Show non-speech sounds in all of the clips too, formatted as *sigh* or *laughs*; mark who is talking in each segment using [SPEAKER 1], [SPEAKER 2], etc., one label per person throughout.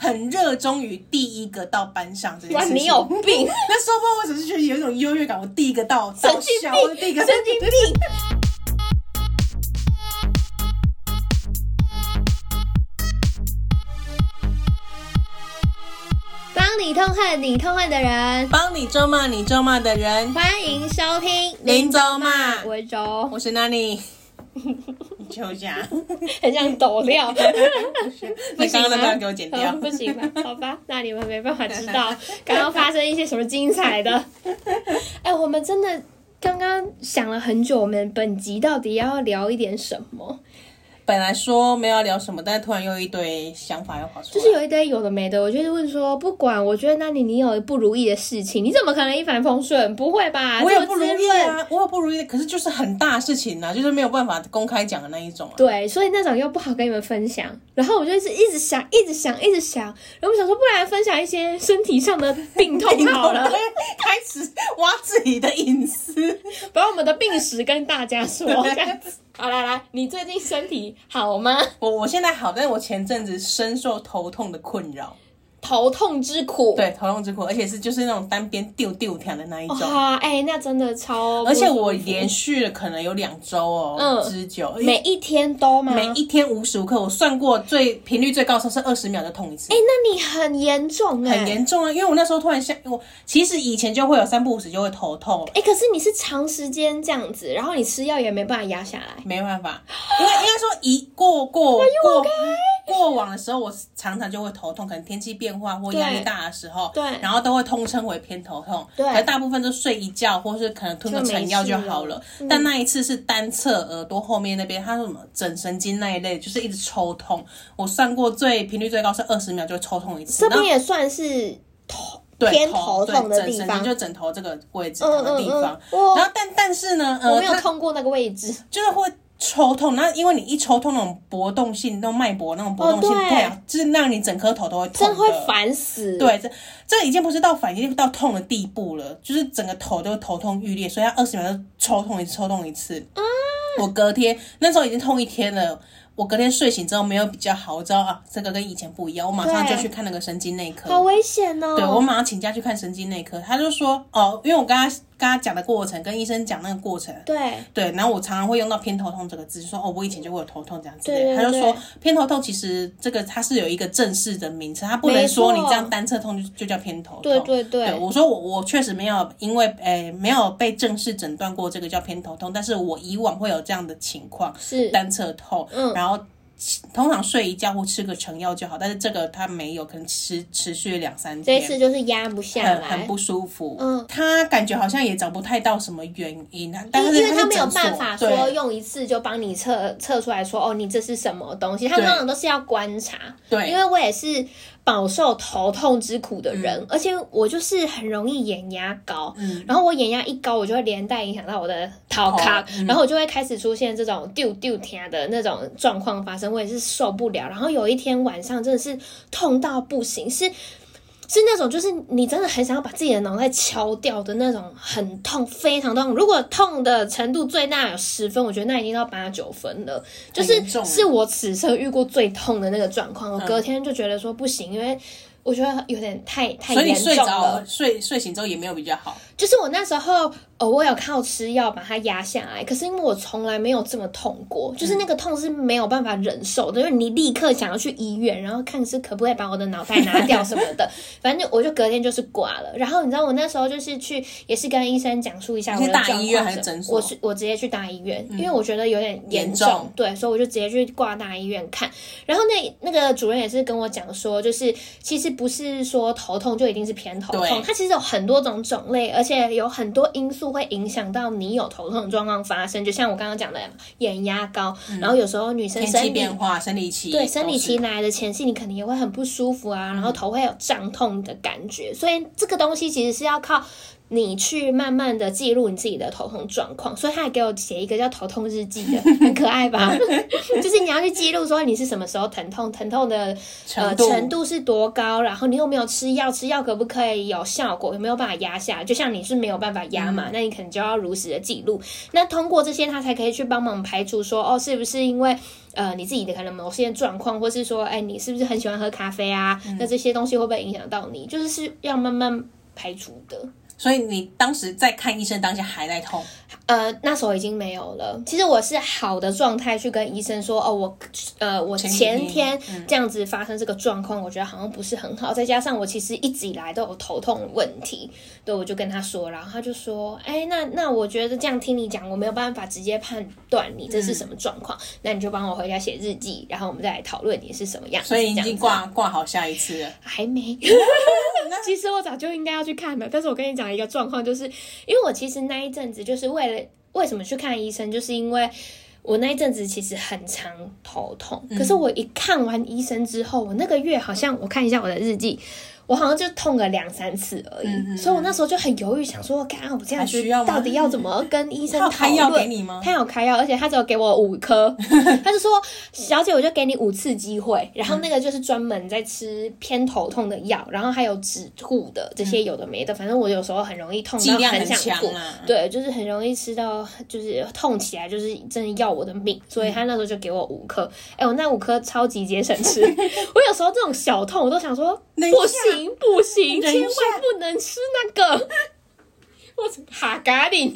[SPEAKER 1] 很热衷于第一个到班上这件
[SPEAKER 2] 哇，
[SPEAKER 1] 事情。
[SPEAKER 2] 你有病，
[SPEAKER 1] *laughs* 那时候不知道为什么就觉得有一种优越感，我第一个到
[SPEAKER 2] 神
[SPEAKER 1] 到
[SPEAKER 2] 经
[SPEAKER 1] 校，我第一
[SPEAKER 2] 病，
[SPEAKER 1] 啊
[SPEAKER 2] *laughs*
[SPEAKER 1] 个
[SPEAKER 2] 神经病。帮你痛恨你痛恨的人，
[SPEAKER 1] 帮你咒骂你咒骂的人，
[SPEAKER 2] 欢迎收听
[SPEAKER 1] 林咒骂。
[SPEAKER 2] 我是周，
[SPEAKER 1] 我是
[SPEAKER 2] *laughs*
[SPEAKER 1] Nani，你揪一下，
[SPEAKER 2] 很像抖 *laughs* 料。
[SPEAKER 1] 那刚刚那
[SPEAKER 2] 不行吗
[SPEAKER 1] 段给我剪掉
[SPEAKER 2] 哦。 *laughs* 不行吧？好吧，那你们没办法知道 *laughs* 刚刚发生一些什么精彩 *laughs* 的。哎、我们真的刚刚想了很久，我们本集到底要聊一点什么？
[SPEAKER 1] 本来说没有要聊什么，但是突然又一堆想法又跑出来。
[SPEAKER 2] 就是有一堆有的没的，我就是问说，不管，我觉得那你你有不如意的事情，你怎么可能一帆风顺？不会吧？
[SPEAKER 1] 我
[SPEAKER 2] 这
[SPEAKER 1] 有
[SPEAKER 2] 么
[SPEAKER 1] 不如
[SPEAKER 2] 滋
[SPEAKER 1] 意
[SPEAKER 2] 润。
[SPEAKER 1] 啊，我有不如意，可是就是很大的事情啊，就是没有办法公开讲的那一种啊。，
[SPEAKER 2] 对，所以那种又不好跟你们分享，然后我就一直一直想，一直想，一直想，然后我想说，不然分享一些身体上的病痛好了
[SPEAKER 1] *laughs* 开始挖自己的隐私。
[SPEAKER 2] 把我们的病史跟大家说，这样子。好来来，你最近身体好吗？
[SPEAKER 1] 我我现在好，但是我前阵子深受头痛的困扰，
[SPEAKER 2] 头痛之苦。
[SPEAKER 1] 对头痛之苦，而且是就是那种单边丢丢跳的那一种。
[SPEAKER 2] 哇，哎、那真的超不
[SPEAKER 1] 而
[SPEAKER 2] 舒服，
[SPEAKER 1] 且我连续了可能有两周哦、
[SPEAKER 2] 嗯
[SPEAKER 1] 之久，
[SPEAKER 2] 每啊一天都吗？
[SPEAKER 1] 每一天无时无刻，我算过最频率最高的时候是二十秒就痛一次
[SPEAKER 2] 哎、，那你很严重哎、
[SPEAKER 1] 很严重啊！因为我那时候突然想，我其实以前就会有三不五时就会头痛，
[SPEAKER 2] 哎、可是你是长时间这样子，然后你吃药也没办法压下来。
[SPEAKER 1] 没办法，因为应该说一过过
[SPEAKER 2] 哎
[SPEAKER 1] 过过往的时候，我常常就会头痛，可能天气变化或压力
[SPEAKER 2] 对
[SPEAKER 1] 大的时候，
[SPEAKER 2] 对
[SPEAKER 1] 然后都会通称为偏头痛，
[SPEAKER 2] 对
[SPEAKER 1] 可大部分都睡一觉或是可能吞个
[SPEAKER 2] 就没
[SPEAKER 1] 成药就
[SPEAKER 2] 事
[SPEAKER 1] 好
[SPEAKER 2] 了
[SPEAKER 1] 了。
[SPEAKER 2] 嗯
[SPEAKER 1] 但那一次是单侧耳朵后面那边，它说什么枕神经那一类，就是一直抽痛。我算过最频率最高是二十秒就会抽痛一次，
[SPEAKER 2] 这
[SPEAKER 1] 然后
[SPEAKER 2] 边也算是头
[SPEAKER 1] 对
[SPEAKER 2] 偏
[SPEAKER 1] 头
[SPEAKER 2] 头痛的
[SPEAKER 1] 对枕
[SPEAKER 2] 地
[SPEAKER 1] 神
[SPEAKER 2] 方
[SPEAKER 1] 经，就枕头这个位置
[SPEAKER 2] 嗯
[SPEAKER 1] 这个地
[SPEAKER 2] 嗯
[SPEAKER 1] 方。
[SPEAKER 2] 嗯哇
[SPEAKER 1] 然后但但是呢，呃，
[SPEAKER 2] 我没有
[SPEAKER 1] 它
[SPEAKER 2] 痛过那个位置。
[SPEAKER 1] 就是会抽痛，那因为你一抽痛那种搏动性，那种脉搏那种搏动性，
[SPEAKER 2] 哦对
[SPEAKER 1] 对啊，就是让你整颗头都会痛，
[SPEAKER 2] 真会。烦死。，
[SPEAKER 1] 对，这这已经不是到反，已经到痛的地步了，就是整个头都头痛欲裂，所以他二十秒就抽痛一次，抽痛一次。
[SPEAKER 2] 啊
[SPEAKER 1] 我隔天那时候已经痛一天了，我隔天睡醒之后没有比较好，我知道啊，这个跟以前不一样，我马上
[SPEAKER 2] 对
[SPEAKER 1] 就去看那个神经内科。
[SPEAKER 2] 好危险哦。
[SPEAKER 1] 对我马上请假去看神经内科，他就说哦，因为我跟他跟他讲的过程，跟医生讲那个过程，
[SPEAKER 2] 对
[SPEAKER 1] 对，然后我常常会用到偏头痛这个字，就说哦，我以前就会有头痛这样子
[SPEAKER 2] 对对
[SPEAKER 1] 的。他就
[SPEAKER 2] 对
[SPEAKER 1] 说偏头痛其实这个它是有一个正式的名称，它不
[SPEAKER 2] 没
[SPEAKER 1] 能说你
[SPEAKER 2] 错
[SPEAKER 1] 这样单侧痛就就叫偏头痛。
[SPEAKER 2] 对对对
[SPEAKER 1] 我说我我确实没有因为诶、没有被正式诊断过这个叫偏头痛，但是我以往会有这样的情况，
[SPEAKER 2] 是
[SPEAKER 1] 单侧痛，
[SPEAKER 2] 嗯
[SPEAKER 1] 然后。通常睡一觉或吃个成药就好，但是这个它没有，可能持持续两三
[SPEAKER 2] 这
[SPEAKER 1] 天
[SPEAKER 2] 一，次就是压不下
[SPEAKER 1] 很
[SPEAKER 2] 来，
[SPEAKER 1] 很不舒服。
[SPEAKER 2] 嗯，
[SPEAKER 1] 他感觉好像也找不太到什么原因，啊但是
[SPEAKER 2] 因为
[SPEAKER 1] 是
[SPEAKER 2] 他没有
[SPEAKER 1] 诊所
[SPEAKER 2] 办法
[SPEAKER 1] 对
[SPEAKER 2] 说用一次就帮你测测出来说哦，你这是什么东西，他通常都是要观察。
[SPEAKER 1] 对
[SPEAKER 2] 因为我也是饱受头痛之苦的人，而且我就是很容易眼压高，
[SPEAKER 1] 嗯
[SPEAKER 2] 然后我眼压一高，我就会连带影响到我的头卡，
[SPEAKER 1] 头嗯
[SPEAKER 2] 然后我就会开始出现这种丢丢天的那种状况发生，我也是受不了。然后有一天晚上真的是痛到不行，是。是那种，就是你真的很想要把自己的脑袋敲掉的那种，很痛，非常痛。如果痛的程度最大有十分，我觉得那已经到八九分了，就是
[SPEAKER 1] 很严重
[SPEAKER 2] 是我此生遇过最痛的那个状况。我隔天就觉得说不行，因为我觉得有点太太
[SPEAKER 1] 所以你
[SPEAKER 2] 严
[SPEAKER 1] 睡
[SPEAKER 2] 重
[SPEAKER 1] 着
[SPEAKER 2] 了。
[SPEAKER 1] 睡睡醒之后也没有比较好，
[SPEAKER 2] 就是我那时候，呃，我有靠吃药把它压下来，可是因为我从来没有这么痛过，就是那个痛是没有办法忍受的，就是你立刻想要去医院，然后看是可不可以把我的脑袋拿掉什么的。 *laughs* 反正我就隔天就是挂了。然后你知道我那时候就是去，也是跟医生讲述一下我
[SPEAKER 1] 你是
[SPEAKER 2] 的状
[SPEAKER 1] 大
[SPEAKER 2] 况
[SPEAKER 1] 医院
[SPEAKER 2] 什么
[SPEAKER 1] 还是诊所嗯
[SPEAKER 2] 我是我直接去大医院，因为我觉得有点严
[SPEAKER 1] 严重
[SPEAKER 2] 对，所以我就直接去挂大医院看。然后那那个主任也是跟我讲说，就是其实不是说头痛就一定是偏头痛
[SPEAKER 1] 对，
[SPEAKER 2] 它其实有很多种种类，而且有很多因素会影响到你有头痛的状况发生。就像我刚刚讲的，眼压高，然后有时候女生
[SPEAKER 1] 嗯天
[SPEAKER 2] 生
[SPEAKER 1] 气
[SPEAKER 2] 理
[SPEAKER 1] 变化、生理期
[SPEAKER 2] 对，生理期
[SPEAKER 1] 都是
[SPEAKER 2] 来的前夕，你肯定也会很不舒服啊，然后头会有胀痛的感觉，所以这个东西其实是要靠你去慢慢的记录你自己的头痛状况，所以他还给我写一个叫头痛日记的，很可爱吧？ *laughs* 就是你要去记录说你是什么时候疼痛，疼痛的呃
[SPEAKER 1] 程度
[SPEAKER 2] 程度是多高，然后你有没有吃药，吃药可不可以有效果，有没有办法压下？就像你是没有办法压
[SPEAKER 1] 嗯
[SPEAKER 2] 嘛，那你可能就要如实的记录。那通过这些，他才可以去帮忙排除说，哦，是不是因为呃你自己的可能某些状况，或是说，哎，你是不是很喜欢喝咖啡啊？
[SPEAKER 1] 嗯
[SPEAKER 2] 那这些东西会不会影响到你？就是是要慢慢排除的。
[SPEAKER 1] 所以你当时在看医生当下还在痛，
[SPEAKER 2] 呃，那时候已经没有了。其实我是好的状态去跟医生说，哦，我呃，我
[SPEAKER 1] 前几
[SPEAKER 2] 前天
[SPEAKER 1] 天嗯
[SPEAKER 2] 这样子发生这个状况，我觉得好像不是很好。再加上我其实一直以来都有头痛的问题，对，我就跟他说，然后他就说，哎，那那我觉得这样听你讲，我没有办法直接判断你
[SPEAKER 1] 嗯
[SPEAKER 2] 这是什么状况，那你就帮我回家写日记，然后我们再来讨论你是什么样子。
[SPEAKER 1] 所以你已
[SPEAKER 2] 这样
[SPEAKER 1] 经
[SPEAKER 2] 子
[SPEAKER 1] 挂挂好下一次了。
[SPEAKER 2] 还没。
[SPEAKER 1] *laughs*
[SPEAKER 2] *laughs* 其实我早就应该要去看了，但是我跟你讲一个状况，就是因为我其实那一阵子就是为了为什么去看医生，就是因为。我那一阵子其实很常头痛，
[SPEAKER 1] 嗯
[SPEAKER 2] 可是我一看完医生之后，我那个月好像我看一下我的日记，我好像就痛个两三次而已，
[SPEAKER 1] 嗯
[SPEAKER 2] 所以我那时候就很犹豫，想说，干我这样
[SPEAKER 1] 还
[SPEAKER 2] 子
[SPEAKER 1] 需要吗
[SPEAKER 2] 到底要怎么跟医生
[SPEAKER 1] *laughs* 他有
[SPEAKER 2] 讨
[SPEAKER 1] 开药
[SPEAKER 2] 论
[SPEAKER 1] 给你吗
[SPEAKER 2] 他有开药，而且他只有给我五
[SPEAKER 1] *laughs*
[SPEAKER 2] 颗，他就说：“小姐，我就给你五次机会。”然后那个就是专门在吃偏头痛的药，然后还有止吐的这些有的没的，反正我有时候很容易痛
[SPEAKER 1] 剂
[SPEAKER 2] 到
[SPEAKER 1] 量很
[SPEAKER 2] 想
[SPEAKER 1] 强
[SPEAKER 2] 吐。
[SPEAKER 1] 啊，
[SPEAKER 2] 对，就是很容易吃到，就是痛起来，就是真的要我的命。所以他那时候就给我五颗，
[SPEAKER 1] 嗯
[SPEAKER 2] 哎、我那五颗超级节省
[SPEAKER 1] *laughs*
[SPEAKER 2] 吃。我有时候这种小痛，我都想说
[SPEAKER 1] 等一 *laughs*
[SPEAKER 2] 不
[SPEAKER 1] 下
[SPEAKER 2] 行不行，
[SPEAKER 1] 等
[SPEAKER 2] 千
[SPEAKER 1] 一
[SPEAKER 2] 万
[SPEAKER 1] 下
[SPEAKER 2] 不能吃那个。我哈嘎喱，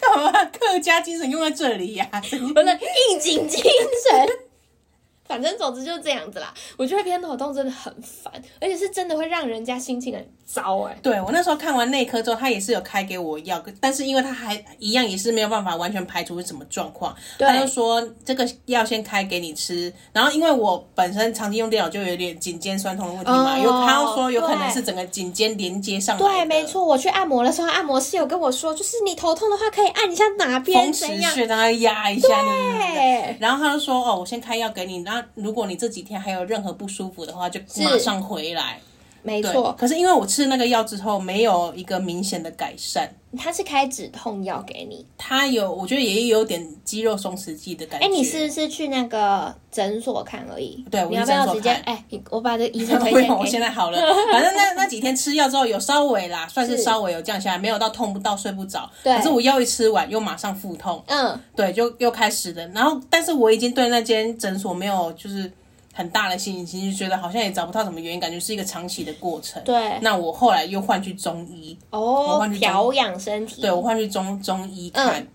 [SPEAKER 1] 干嘛把客家精神用在这里呀、 *laughs*
[SPEAKER 2] *laughs* 我的应景精神。反正总之就是这样子啦，我觉得偏头痛真的很烦，而且是真的会让人家心情很糟哎、
[SPEAKER 1] 对我那时候看完内科之后，他也是有开给我药，但是因为他还一样也是没有办法完全排除是什么状况，
[SPEAKER 2] 对
[SPEAKER 1] 他就说这个药先开给你吃，然后因为我本身长期用电脑就有点颈肩酸痛的问题嘛，
[SPEAKER 2] 哦
[SPEAKER 1] 有他又说有可能
[SPEAKER 2] 对
[SPEAKER 1] 是整个颈肩连接上来
[SPEAKER 2] 对，
[SPEAKER 1] 的
[SPEAKER 2] 没，错，我去按摩的时候，按摩师有跟我说，就是你头痛的话可以按一下哪边
[SPEAKER 1] 风池
[SPEAKER 2] 怎样。
[SPEAKER 1] 穴让它压一下你。
[SPEAKER 2] 对，
[SPEAKER 1] 然后他就说：“哦，我先开药给你。那如果你这几天还有任何不舒服的话，就马上回来。
[SPEAKER 2] 没
[SPEAKER 1] 对
[SPEAKER 2] 错，
[SPEAKER 1] 可是因为我吃那个药之后，没有一个明显的改善，
[SPEAKER 2] 他是开止痛药给你。
[SPEAKER 1] 它有，我觉得也有点肌肉松弛剂的感觉。
[SPEAKER 2] 哎，你是不是去那个诊所看而已？
[SPEAKER 1] 对我去
[SPEAKER 2] 你要不要
[SPEAKER 1] 诊所
[SPEAKER 2] 直接？
[SPEAKER 1] 看
[SPEAKER 2] 哎，你我把这医 *laughs* 生
[SPEAKER 1] *laughs*
[SPEAKER 2] 推
[SPEAKER 1] 不
[SPEAKER 2] 荐
[SPEAKER 1] 用，我
[SPEAKER 2] 给
[SPEAKER 1] 现
[SPEAKER 2] 你。
[SPEAKER 1] 在好
[SPEAKER 2] *laughs*
[SPEAKER 1] 了。反正那那几天吃药之后，有稍微啦，算是
[SPEAKER 2] 是
[SPEAKER 1] 稍微有降下来，没有到痛不到、睡不着。
[SPEAKER 2] 对
[SPEAKER 1] 可是我药一吃完，又马上腹痛，
[SPEAKER 2] 嗯，
[SPEAKER 1] 对，就又开始了。然后，但是我已经对那间诊所没有就是很大的信心，就觉得好像也找不到什么原因，感觉是一个长期的过程。
[SPEAKER 2] 对，
[SPEAKER 1] 那我后来又换去中医，我
[SPEAKER 2] 哦
[SPEAKER 1] 换，去中
[SPEAKER 2] 调养身体。
[SPEAKER 1] 对我换去中中医
[SPEAKER 2] 嗯
[SPEAKER 1] 看，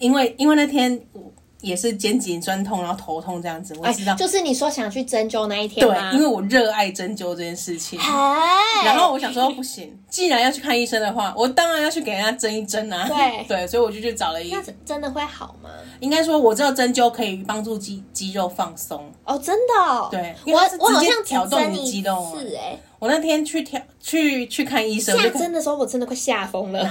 [SPEAKER 1] 因为因为那天我也是肩颈酸痛，然后头痛这样子，我
[SPEAKER 2] 哎
[SPEAKER 1] 知道，，
[SPEAKER 2] 就是啊你说想去针灸那一天吗？
[SPEAKER 1] 对，因为我热爱针灸这件事情。
[SPEAKER 2] 哎，
[SPEAKER 1] 然后我想说，不行，既然要去看医生的话，我当然要去给人家针一针啊。 *laughs*
[SPEAKER 2] 对
[SPEAKER 1] 所以我就去找了一
[SPEAKER 2] 那，是真的会好吗？
[SPEAKER 1] 应该说我知道针灸可以帮助肌肌肉放松。
[SPEAKER 2] 哦，真的哦、
[SPEAKER 1] 对因
[SPEAKER 2] 我
[SPEAKER 1] 为它是
[SPEAKER 2] 我好
[SPEAKER 1] 直接
[SPEAKER 2] 像只
[SPEAKER 1] 挑动
[SPEAKER 2] 针
[SPEAKER 1] 你
[SPEAKER 2] 一
[SPEAKER 1] 肌肉啊
[SPEAKER 2] 次哎、
[SPEAKER 1] 我那天去挑去去看医生，我
[SPEAKER 2] 下
[SPEAKER 1] 就啊看
[SPEAKER 2] 针的时候我真的快吓疯了，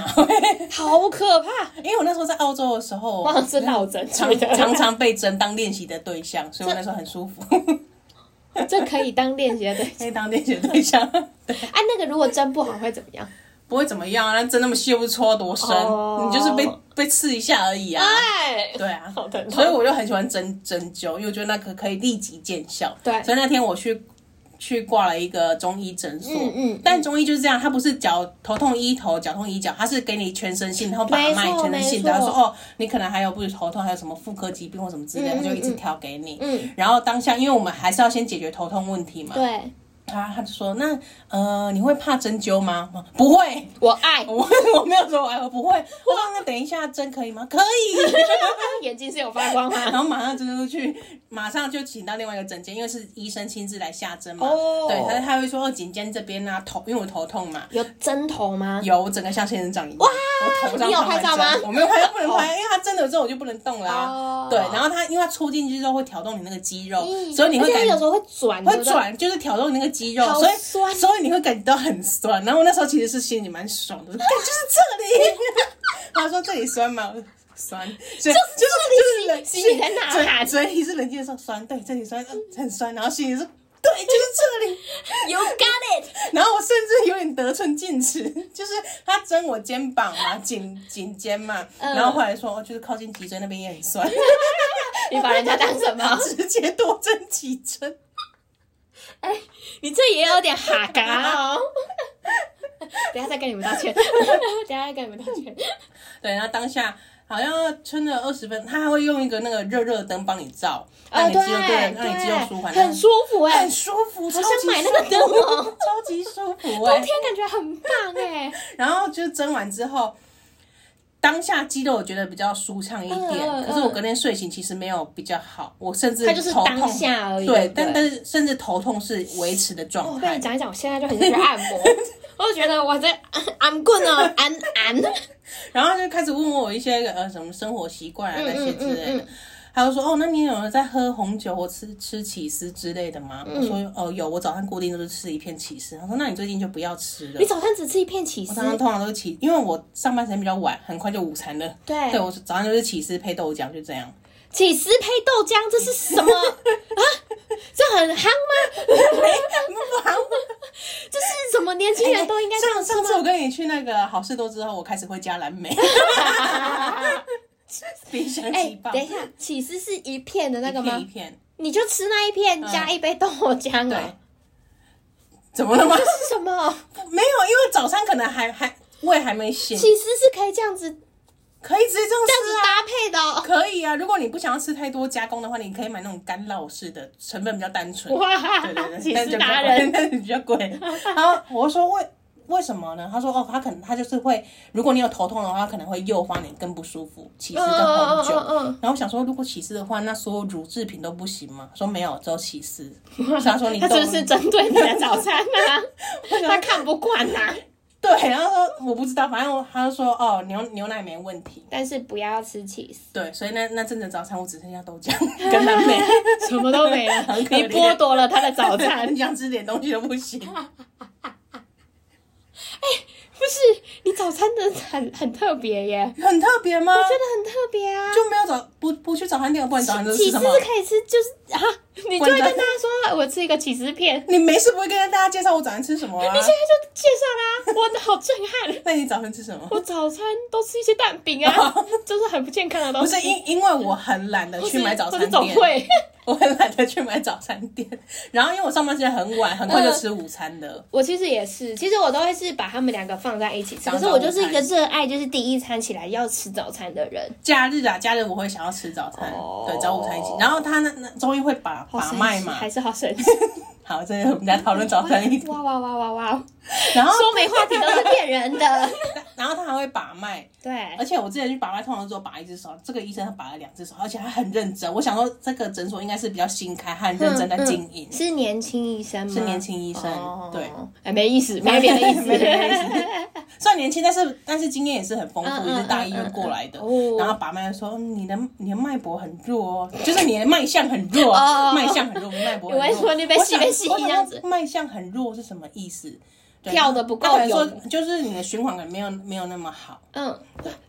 [SPEAKER 2] 好可怕！
[SPEAKER 1] *laughs* 因为我那时候在澳洲的时
[SPEAKER 2] *laughs*
[SPEAKER 1] 候，
[SPEAKER 2] 我好像是落枕
[SPEAKER 1] 常
[SPEAKER 2] 去的
[SPEAKER 1] 常常被针当练习的对象，所以我那时候很舒服，
[SPEAKER 2] *laughs* 这可以当练习的对象。
[SPEAKER 1] 可以当练习的对象， *laughs*
[SPEAKER 2] 哎、那个如果针不好会怎么样？
[SPEAKER 1] 不会怎么样啊。那针那么细又不是戳多深，
[SPEAKER 2] 哦
[SPEAKER 1] 你就是被被刺一下而已啊。
[SPEAKER 2] 哎，
[SPEAKER 1] 对啊
[SPEAKER 2] 好疼，痛
[SPEAKER 1] 所以我就很喜欢针针灸，因为我觉得那个可以立即见效。
[SPEAKER 2] 对
[SPEAKER 1] 所以那天我去去挂了一个中医诊所，
[SPEAKER 2] 嗯嗯嗯
[SPEAKER 1] 但中医就是这样，他不是脚头痛医头，脚痛医脚，他是给你全身性，然后把
[SPEAKER 2] 没错
[SPEAKER 1] 脉全身性，
[SPEAKER 2] 没错
[SPEAKER 1] 然后说哦，你可能还有不是头痛，还有什么妇科疾病或什么之类的，
[SPEAKER 2] 嗯嗯
[SPEAKER 1] 他就一直调给你。
[SPEAKER 2] 嗯，
[SPEAKER 1] 然后当下，因为我们还是要先解决头痛问题嘛，
[SPEAKER 2] 对
[SPEAKER 1] 他他就说那呃，你会怕针灸吗？我不会， *laughs*
[SPEAKER 2] 我爱，
[SPEAKER 1] 我我没有说我我不会。我说那等一下针可以吗？可以。
[SPEAKER 2] 眼睛是有发光吗？
[SPEAKER 1] *laughs* 然后马上针出去，马上就请到另外一个诊间，因为是医生亲自来下针嘛。
[SPEAKER 2] 哦
[SPEAKER 1] 对，他他会说哦，颈肩这边啊，头，因为我头痛嘛，
[SPEAKER 2] 有针头吗？
[SPEAKER 1] 有我整个像仙人掌一样。哇！我头上
[SPEAKER 2] 你有
[SPEAKER 1] 放满
[SPEAKER 2] 拍照吗
[SPEAKER 1] 针我没有拍，不能
[SPEAKER 2] 哦
[SPEAKER 1] 拍，因为他针了之后我就不能动了啊、
[SPEAKER 2] 哦
[SPEAKER 1] 对，然后他因为他戳进去之后会挑动你那个肌肉，
[SPEAKER 2] 咦
[SPEAKER 1] 所以你
[SPEAKER 2] 而
[SPEAKER 1] 会
[SPEAKER 2] 且它
[SPEAKER 1] 感
[SPEAKER 2] 有时候会转，对
[SPEAKER 1] 会
[SPEAKER 2] 不对，
[SPEAKER 1] 转，就是挑动你那个肌肉，
[SPEAKER 2] 好
[SPEAKER 1] 所以
[SPEAKER 2] 酸哦
[SPEAKER 1] 所以你会感觉到很酸。然后我那时候其实是心里蛮爽的，我说干就是这里。
[SPEAKER 2] *laughs*
[SPEAKER 1] 他说这里酸吗？我说酸，所以就是就是冷
[SPEAKER 2] 心心里在呐
[SPEAKER 1] 所
[SPEAKER 2] 喊
[SPEAKER 1] 以所以是冷静的时候酸，对，这里酸，
[SPEAKER 2] *laughs*
[SPEAKER 1] 嗯很酸，然后心里是。对，就是这里。
[SPEAKER 2] You got it！
[SPEAKER 1] 然后我甚至有点得寸进尺，就是他针我肩膀嘛，颈颈肩嘛，
[SPEAKER 2] 嗯
[SPEAKER 1] 然后后来说哦，就是靠近脊椎那边也很酸，
[SPEAKER 2] 你把人家当什么？
[SPEAKER 1] *laughs* 直接多针起针。
[SPEAKER 2] 你这也有点哈嘎哦。 *laughs* 等一下再跟你们道 *laughs* 歉，等一下再跟你们道歉。
[SPEAKER 1] 对，然后当下好像撑了二十分，他还会用一个那个热热灯帮你照，让你肌肉对，让你肌肉舒缓，
[SPEAKER 2] 哦啊很舒服哎、
[SPEAKER 1] 很舒服，超
[SPEAKER 2] 想
[SPEAKER 1] 级
[SPEAKER 2] 买那个
[SPEAKER 1] 舒服
[SPEAKER 2] 灯哦
[SPEAKER 1] *laughs* 超级舒服哎、
[SPEAKER 2] 冬天感觉很棒哎、
[SPEAKER 1] 然后就蒸完之后，当下肌肉我觉得比较舒畅一点，
[SPEAKER 2] 嗯嗯嗯
[SPEAKER 1] 可是我隔天睡醒其实没有比较好，我甚至
[SPEAKER 2] 它就是
[SPEAKER 1] 头
[SPEAKER 2] 当
[SPEAKER 1] 痛，
[SPEAKER 2] 下而已。
[SPEAKER 1] 对，
[SPEAKER 2] 不哦
[SPEAKER 1] 但但是甚至头痛是维持的状
[SPEAKER 2] 我跟
[SPEAKER 1] 态
[SPEAKER 2] 你。讲一讲，我现在就很想去按 *laughs* 摩，我就觉得我在按棍哦，按 *laughs* 按。
[SPEAKER 1] 然后他就开始问我一些呃什么生活习惯啊
[SPEAKER 2] 嗯
[SPEAKER 1] 那些之类
[SPEAKER 2] 嗯嗯
[SPEAKER 1] 的。他就说：“哦，那你有在喝红酒或吃吃起司之类的
[SPEAKER 2] 嗯
[SPEAKER 1] 吗？”我说：“哦，有，我早上固定都是吃一片起司。”他说：“那你最近就不要吃了
[SPEAKER 2] 你。早上只吃一片起”
[SPEAKER 1] 我
[SPEAKER 2] 司
[SPEAKER 1] 常，常通常都是起，因为我上班时间比较晚，很快就午餐了。
[SPEAKER 2] 对
[SPEAKER 1] 对我早上就是起司配豆浆，就这样。
[SPEAKER 2] 起司配豆浆，这是什
[SPEAKER 1] *laughs*
[SPEAKER 2] 么啊？这很夯吗？这是什么年轻人都应该这
[SPEAKER 1] 哎上
[SPEAKER 2] 样吃
[SPEAKER 1] 上
[SPEAKER 2] 吗？
[SPEAKER 1] 次我跟你去那个好事多之后，我开始会加蓝
[SPEAKER 2] *laughs*
[SPEAKER 1] 莓，冰箱
[SPEAKER 2] 哎、
[SPEAKER 1] 鸡棒，
[SPEAKER 2] 等一下，起司是一片的那个
[SPEAKER 1] 一片一
[SPEAKER 2] 吗？
[SPEAKER 1] 片，
[SPEAKER 2] 你就吃那一片，加一杯豆浆
[SPEAKER 1] 对
[SPEAKER 2] 啊？，
[SPEAKER 1] 怎么了吗？
[SPEAKER 2] 这是什么？
[SPEAKER 1] 没有，因为早餐可能还还胃还没醒，
[SPEAKER 2] 起司是可以这样子
[SPEAKER 1] 可以直接这样
[SPEAKER 2] 这样子
[SPEAKER 1] 吃啊。
[SPEAKER 2] 搭配的、哦。
[SPEAKER 1] 可以啊，如果你不想要吃太多加工的话，你可以买那种干酪式的，成分比较单纯。啊对对
[SPEAKER 2] 哇，
[SPEAKER 1] 对，
[SPEAKER 2] 起
[SPEAKER 1] 但是
[SPEAKER 2] 司
[SPEAKER 1] 就比较
[SPEAKER 2] 达
[SPEAKER 1] 贵，*laughs*
[SPEAKER 2] 人，
[SPEAKER 1] 但是比较
[SPEAKER 2] *laughs*
[SPEAKER 1] 贵。然后我说为为什么呢？他说哦，他可能他就是会，如果你有头痛的话，他可能会诱发你更不舒服，起司跟红酒。
[SPEAKER 2] 嗯嗯嗯嗯嗯
[SPEAKER 1] 然后我想说，如果起司的话，那所有乳制品都不行吗？说没有，
[SPEAKER 2] *laughs*
[SPEAKER 1] 只有起司。所以他说你
[SPEAKER 2] 他
[SPEAKER 1] 懂
[SPEAKER 2] 是不是针对你的早餐
[SPEAKER 1] *laughs*
[SPEAKER 2] 啊？他看不惯啊呐、
[SPEAKER 1] 对，然后说我不知道，反正我他就说哦，牛牛奶没问题。
[SPEAKER 2] 但是不要吃起司，
[SPEAKER 1] 对，所以那那阵子早餐我只剩下豆浆跟蓝莓，
[SPEAKER 2] 什么都没了，
[SPEAKER 1] 很可
[SPEAKER 2] 你
[SPEAKER 1] 怜
[SPEAKER 2] 剥夺了他的早
[SPEAKER 1] *laughs*
[SPEAKER 2] 餐。
[SPEAKER 1] 你想吃点东西都不
[SPEAKER 2] *laughs*
[SPEAKER 1] 行。
[SPEAKER 2] 不是，你早餐真的很很特别耶，我
[SPEAKER 1] 很特别吗？
[SPEAKER 2] 觉得很特别啊。
[SPEAKER 1] 就没有早不不去早餐店，不然早餐都
[SPEAKER 2] 起
[SPEAKER 1] 吃
[SPEAKER 2] 司
[SPEAKER 1] 什么？
[SPEAKER 2] 是可以吃，就是啊，你就
[SPEAKER 1] 关
[SPEAKER 2] 会跟
[SPEAKER 1] 灯
[SPEAKER 2] 大家说，我吃一个起司片。
[SPEAKER 1] 你没事不会跟大家介绍我早餐吃什么啊
[SPEAKER 2] 你？现在就介绍啦、我好震撼！
[SPEAKER 1] 那你早餐吃什么？
[SPEAKER 2] 我早餐都吃一些蛋饼啊，就是很不健康的东
[SPEAKER 1] 不
[SPEAKER 2] 西。
[SPEAKER 1] 是因因为我很懒得
[SPEAKER 2] 不
[SPEAKER 1] 去
[SPEAKER 2] 是
[SPEAKER 1] 买早餐
[SPEAKER 2] 不是总
[SPEAKER 1] 店，
[SPEAKER 2] 会。 *laughs*
[SPEAKER 1] 我很懒得去买早餐店。然后因为我上班时间很晚，很快就吃午餐的。
[SPEAKER 2] 我其实也是，其实我都会是把他们两个放在一起吃。
[SPEAKER 1] 早
[SPEAKER 2] 可
[SPEAKER 1] 餐
[SPEAKER 2] 是我就是一个热爱就是第一餐起来要吃早餐的人。
[SPEAKER 1] 假日啊，假日我会想要吃早餐，
[SPEAKER 2] 哦
[SPEAKER 1] 对，早午餐一起。然后他那那终于会把
[SPEAKER 2] 好
[SPEAKER 1] 把
[SPEAKER 2] 神
[SPEAKER 1] 脉
[SPEAKER 2] 奇
[SPEAKER 1] 嘛
[SPEAKER 2] 还，是好神奇！
[SPEAKER 1] *laughs* 好，这个我们来讨论早餐一
[SPEAKER 2] *laughs* 哇哇哇哇哇！
[SPEAKER 1] 然后
[SPEAKER 2] 说没话题都是骗人
[SPEAKER 1] *laughs*
[SPEAKER 2] 的。
[SPEAKER 1] 然后他还会把脉，
[SPEAKER 2] 对
[SPEAKER 1] 而，且我之前去把脉，通常只有把一只手，这个医生他把了两只手，而且他很认真。我想说，这个诊所应该是比较新开，他很认真在
[SPEAKER 2] 嗯
[SPEAKER 1] 经营。
[SPEAKER 2] 是年轻医生吗？
[SPEAKER 1] 是年轻医生
[SPEAKER 2] 哦
[SPEAKER 1] 对，
[SPEAKER 2] 哎，没意思， *laughs* 没别的意思，
[SPEAKER 1] *laughs* 没别的意思。虽然年轻，但是但是经验也是很丰
[SPEAKER 2] 嗯嗯
[SPEAKER 1] 富，
[SPEAKER 2] 嗯
[SPEAKER 1] 也是大医院过来的
[SPEAKER 2] 嗯嗯嗯哦。
[SPEAKER 1] 然后把脉说你的你的脉搏很弱哦，就是你的脉象很弱
[SPEAKER 2] 哦哦哦，
[SPEAKER 1] *laughs* 脉象很弱，脉搏
[SPEAKER 2] 我
[SPEAKER 1] 很
[SPEAKER 2] 还
[SPEAKER 1] 弱。
[SPEAKER 2] 说你被
[SPEAKER 1] 我
[SPEAKER 2] 吸
[SPEAKER 1] 想
[SPEAKER 2] 被吸
[SPEAKER 1] 我想
[SPEAKER 2] 这样子
[SPEAKER 1] 说脉象很弱是什么意思？对
[SPEAKER 2] 跳得不够
[SPEAKER 1] 他可能说
[SPEAKER 2] 勇
[SPEAKER 1] 就是你的循环感没有没有那么好。
[SPEAKER 2] *laughs* 嗯，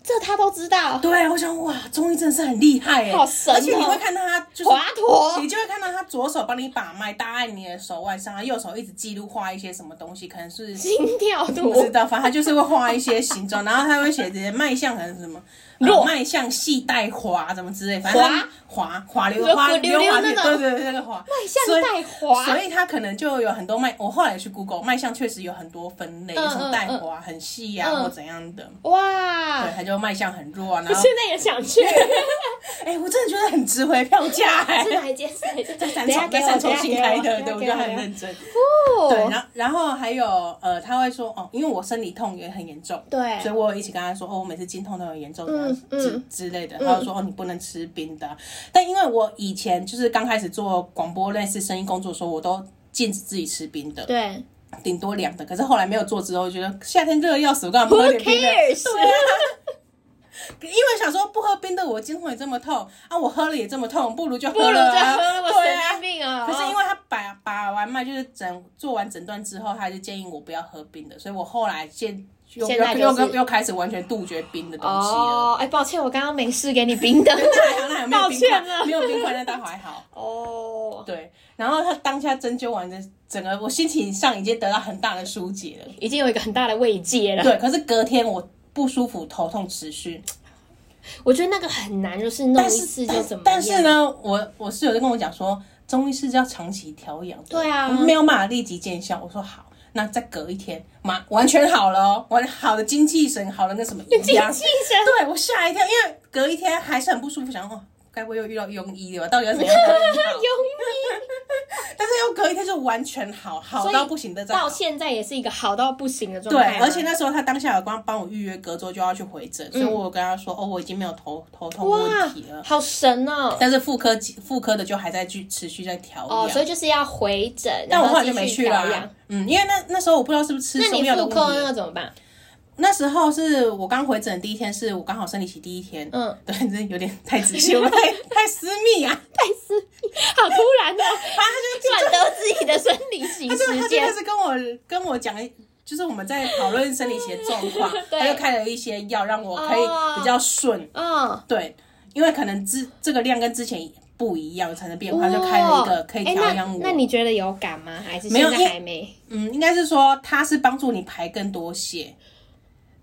[SPEAKER 2] 这他都知道。
[SPEAKER 1] 对，我想哇，中医真的是很厉害哎，
[SPEAKER 2] 好神哦
[SPEAKER 1] 而且你会看到他就是
[SPEAKER 2] 华佗
[SPEAKER 1] 你就会看到他左手帮你把脉，搭在你的手腕上，他右手一直记录画一些什么东西，可能是
[SPEAKER 2] 心跳
[SPEAKER 1] 不知
[SPEAKER 2] 图，
[SPEAKER 1] 道，反正他就是会画一些形状，然后他会写这些脉象可能是什么。
[SPEAKER 2] 弱
[SPEAKER 1] 呃脉象系带滑怎么之类，反正他滑滑溜
[SPEAKER 2] 就
[SPEAKER 1] 滑
[SPEAKER 2] 滚溜溜
[SPEAKER 1] 滑
[SPEAKER 2] 那
[SPEAKER 1] 对
[SPEAKER 2] 种
[SPEAKER 1] 对对那个滑脉
[SPEAKER 2] 像带滑
[SPEAKER 1] 所以他可能就有很多脉。我后来去 Google 脉象确实有很多分类，
[SPEAKER 2] 嗯
[SPEAKER 1] 有什么带滑很细呀
[SPEAKER 2] 嗯
[SPEAKER 1] 或怎样的，对，
[SPEAKER 2] 哇！
[SPEAKER 1] 他就脉象很弱啊。
[SPEAKER 2] 我
[SPEAKER 1] 然后
[SPEAKER 2] 现在也想去，
[SPEAKER 1] 哎、我真的觉得很值回票价哎、
[SPEAKER 2] *laughs* 是哪一间？是哪一间？
[SPEAKER 1] 三
[SPEAKER 2] 等一下
[SPEAKER 1] 重
[SPEAKER 2] 给
[SPEAKER 1] 在
[SPEAKER 2] 我，
[SPEAKER 1] 三重
[SPEAKER 2] 等一
[SPEAKER 1] 新
[SPEAKER 2] 下
[SPEAKER 1] 开
[SPEAKER 2] 给
[SPEAKER 1] 的，对，
[SPEAKER 2] 等
[SPEAKER 1] 我
[SPEAKER 2] 一
[SPEAKER 1] 觉
[SPEAKER 2] 下
[SPEAKER 1] 得
[SPEAKER 2] 给
[SPEAKER 1] 很
[SPEAKER 2] 我
[SPEAKER 1] 认真。
[SPEAKER 2] 哦
[SPEAKER 1] 对，然后然后还有呃，他会说哦，因为我生理痛也很严重，
[SPEAKER 2] 对
[SPEAKER 1] 所以我有一起跟他说哦，我每次经痛都很严重，这样
[SPEAKER 2] 嗯
[SPEAKER 1] 之
[SPEAKER 2] 嗯
[SPEAKER 1] 之类的。他就说哦，你不能吃冰的啊。但因为我以前就是刚开始做广播类似声音工作的时候，我都禁止自己吃冰的，
[SPEAKER 2] 对
[SPEAKER 1] 顶多凉的。可是后来没有做之后，我觉得夏天热的要死，我干嘛不喝
[SPEAKER 2] ，Who
[SPEAKER 1] 点冰的？啊
[SPEAKER 2] cares？
[SPEAKER 1] 因为想说不喝冰的，我经痛也这么痛啊，我喝了也这么痛，不如就
[SPEAKER 2] 不如
[SPEAKER 1] 喝
[SPEAKER 2] 就
[SPEAKER 1] 了啊、
[SPEAKER 2] 喝，我
[SPEAKER 1] 对
[SPEAKER 2] 神
[SPEAKER 1] 啊
[SPEAKER 2] 经。病啊！
[SPEAKER 1] 可是因为他把把完脉，就是诊做完诊断之后，他就建议我不要喝冰的，所以我后来建又
[SPEAKER 2] 现在
[SPEAKER 1] 又
[SPEAKER 2] 就
[SPEAKER 1] 又
[SPEAKER 2] 是
[SPEAKER 1] 又又开始完全杜绝冰的东西了。啊
[SPEAKER 2] 哦，哎，抱歉，我刚刚没事给你冰
[SPEAKER 1] *laughs*
[SPEAKER 2] 的，
[SPEAKER 1] 那还好，那还没有
[SPEAKER 2] 抱
[SPEAKER 1] 冰
[SPEAKER 2] 歉
[SPEAKER 1] 块，
[SPEAKER 2] 了。
[SPEAKER 1] 没有冰块那倒还好。
[SPEAKER 2] 哦，
[SPEAKER 1] 对，然后他当下针灸完的整个，我心情上已经得到很大的疏解
[SPEAKER 2] *laughs*
[SPEAKER 1] 了。
[SPEAKER 2] 已经有一个很大的慰藉了。
[SPEAKER 1] 对，可是隔天我不舒服，头痛持续。
[SPEAKER 2] 我觉得那个很难，就是弄一
[SPEAKER 1] 但
[SPEAKER 2] 次
[SPEAKER 1] 是
[SPEAKER 2] 就怎么样。
[SPEAKER 1] 但是呢，我我室友就跟我讲说，中医是要长期调养的，
[SPEAKER 2] 对啊
[SPEAKER 1] 没有办法立即见效。我说好，那再隔一天，妈完全好了、哦，完好的精气神，好了那什么一
[SPEAKER 2] 精
[SPEAKER 1] 样。
[SPEAKER 2] 气
[SPEAKER 1] *laughs*
[SPEAKER 2] 神，
[SPEAKER 1] 对我吓一跳，因为隔一天还是很不舒服，想哦，该不会又遇到庸医了吧？到底要怎么样才能好？但是又隔一天就完全好，好
[SPEAKER 2] 所以
[SPEAKER 1] 到不行的再好
[SPEAKER 2] 到。现在也是一个好到不行的状
[SPEAKER 1] 对
[SPEAKER 2] 态啊吗。，
[SPEAKER 1] 而且那时候他当下有帮帮我预约，隔周就要去回诊，所以我有跟他说，哦，我已经没有头头痛问题
[SPEAKER 2] 嗯哇，
[SPEAKER 1] 了。
[SPEAKER 2] 好神哦！
[SPEAKER 1] 但是妇科妇科的就还在继持续在调养，
[SPEAKER 2] 哦，所以就是要回诊，
[SPEAKER 1] 但我后来就
[SPEAKER 2] 然
[SPEAKER 1] 没
[SPEAKER 2] 继续
[SPEAKER 1] 去
[SPEAKER 2] 调
[SPEAKER 1] 了
[SPEAKER 2] 养。
[SPEAKER 1] 啊。嗯，因为那那时候我不知道是不是
[SPEAKER 2] 那
[SPEAKER 1] 吃中
[SPEAKER 2] 你
[SPEAKER 1] 药的
[SPEAKER 2] 妇
[SPEAKER 1] 问
[SPEAKER 2] 科
[SPEAKER 1] 题。
[SPEAKER 2] 那怎么办？
[SPEAKER 1] 那时候是我刚回诊的第一天，是我刚好生理期第一天。
[SPEAKER 2] 嗯，
[SPEAKER 1] 对，这有点太仔细，我们太太私密啊。
[SPEAKER 2] 好突然哦，
[SPEAKER 1] 他 *laughs* 就
[SPEAKER 2] *laughs*
[SPEAKER 1] 啊
[SPEAKER 2] 转得自己的生理期
[SPEAKER 1] *laughs* 他就
[SPEAKER 2] 时
[SPEAKER 1] 他就开
[SPEAKER 2] 间。，
[SPEAKER 1] 始跟我跟我讲，就是我们在讨论生理期的状况
[SPEAKER 2] *laughs* 对
[SPEAKER 1] 他就开了一些药让我可以
[SPEAKER 2] 哦
[SPEAKER 1] 比较顺。
[SPEAKER 2] 嗯，
[SPEAKER 1] 对，因为可能之这个量跟之前不一样，产生变化，
[SPEAKER 2] 哇
[SPEAKER 1] 就开了一个可以
[SPEAKER 2] 哎
[SPEAKER 1] 调
[SPEAKER 2] 那
[SPEAKER 1] 养我。
[SPEAKER 2] 那你觉得有感吗？还是
[SPEAKER 1] 没有
[SPEAKER 2] 现在还没？
[SPEAKER 1] 嗯，应该是说它是帮助你排更多血，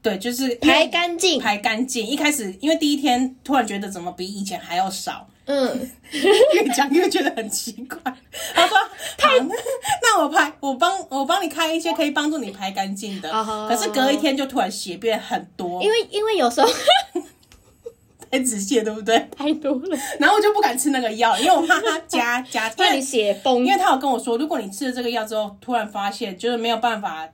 [SPEAKER 1] 对，就是
[SPEAKER 2] 排干净。
[SPEAKER 1] 排干净。一开始因为第一天突然觉得怎么比以前还要少， *laughs*
[SPEAKER 2] 嗯，
[SPEAKER 1] 越讲越觉得很奇怪。他
[SPEAKER 2] *laughs*
[SPEAKER 1] 说：“好，那我排我帮我帮你开一些可以帮助你排干净的。
[SPEAKER 2] 哦
[SPEAKER 1] 可是隔一天就突然血变很多，
[SPEAKER 2] 因为因为有时候 *laughs*
[SPEAKER 1] 太直接，对不对？
[SPEAKER 2] 太多了，
[SPEAKER 1] 然后我就不敢吃那个药，因为我怕它
[SPEAKER 2] *laughs*
[SPEAKER 1] 加加。因
[SPEAKER 2] 那
[SPEAKER 1] 为
[SPEAKER 2] 你血崩
[SPEAKER 1] 因为他有跟我说，如果你吃了这个药之后，突然发现就是没有办法，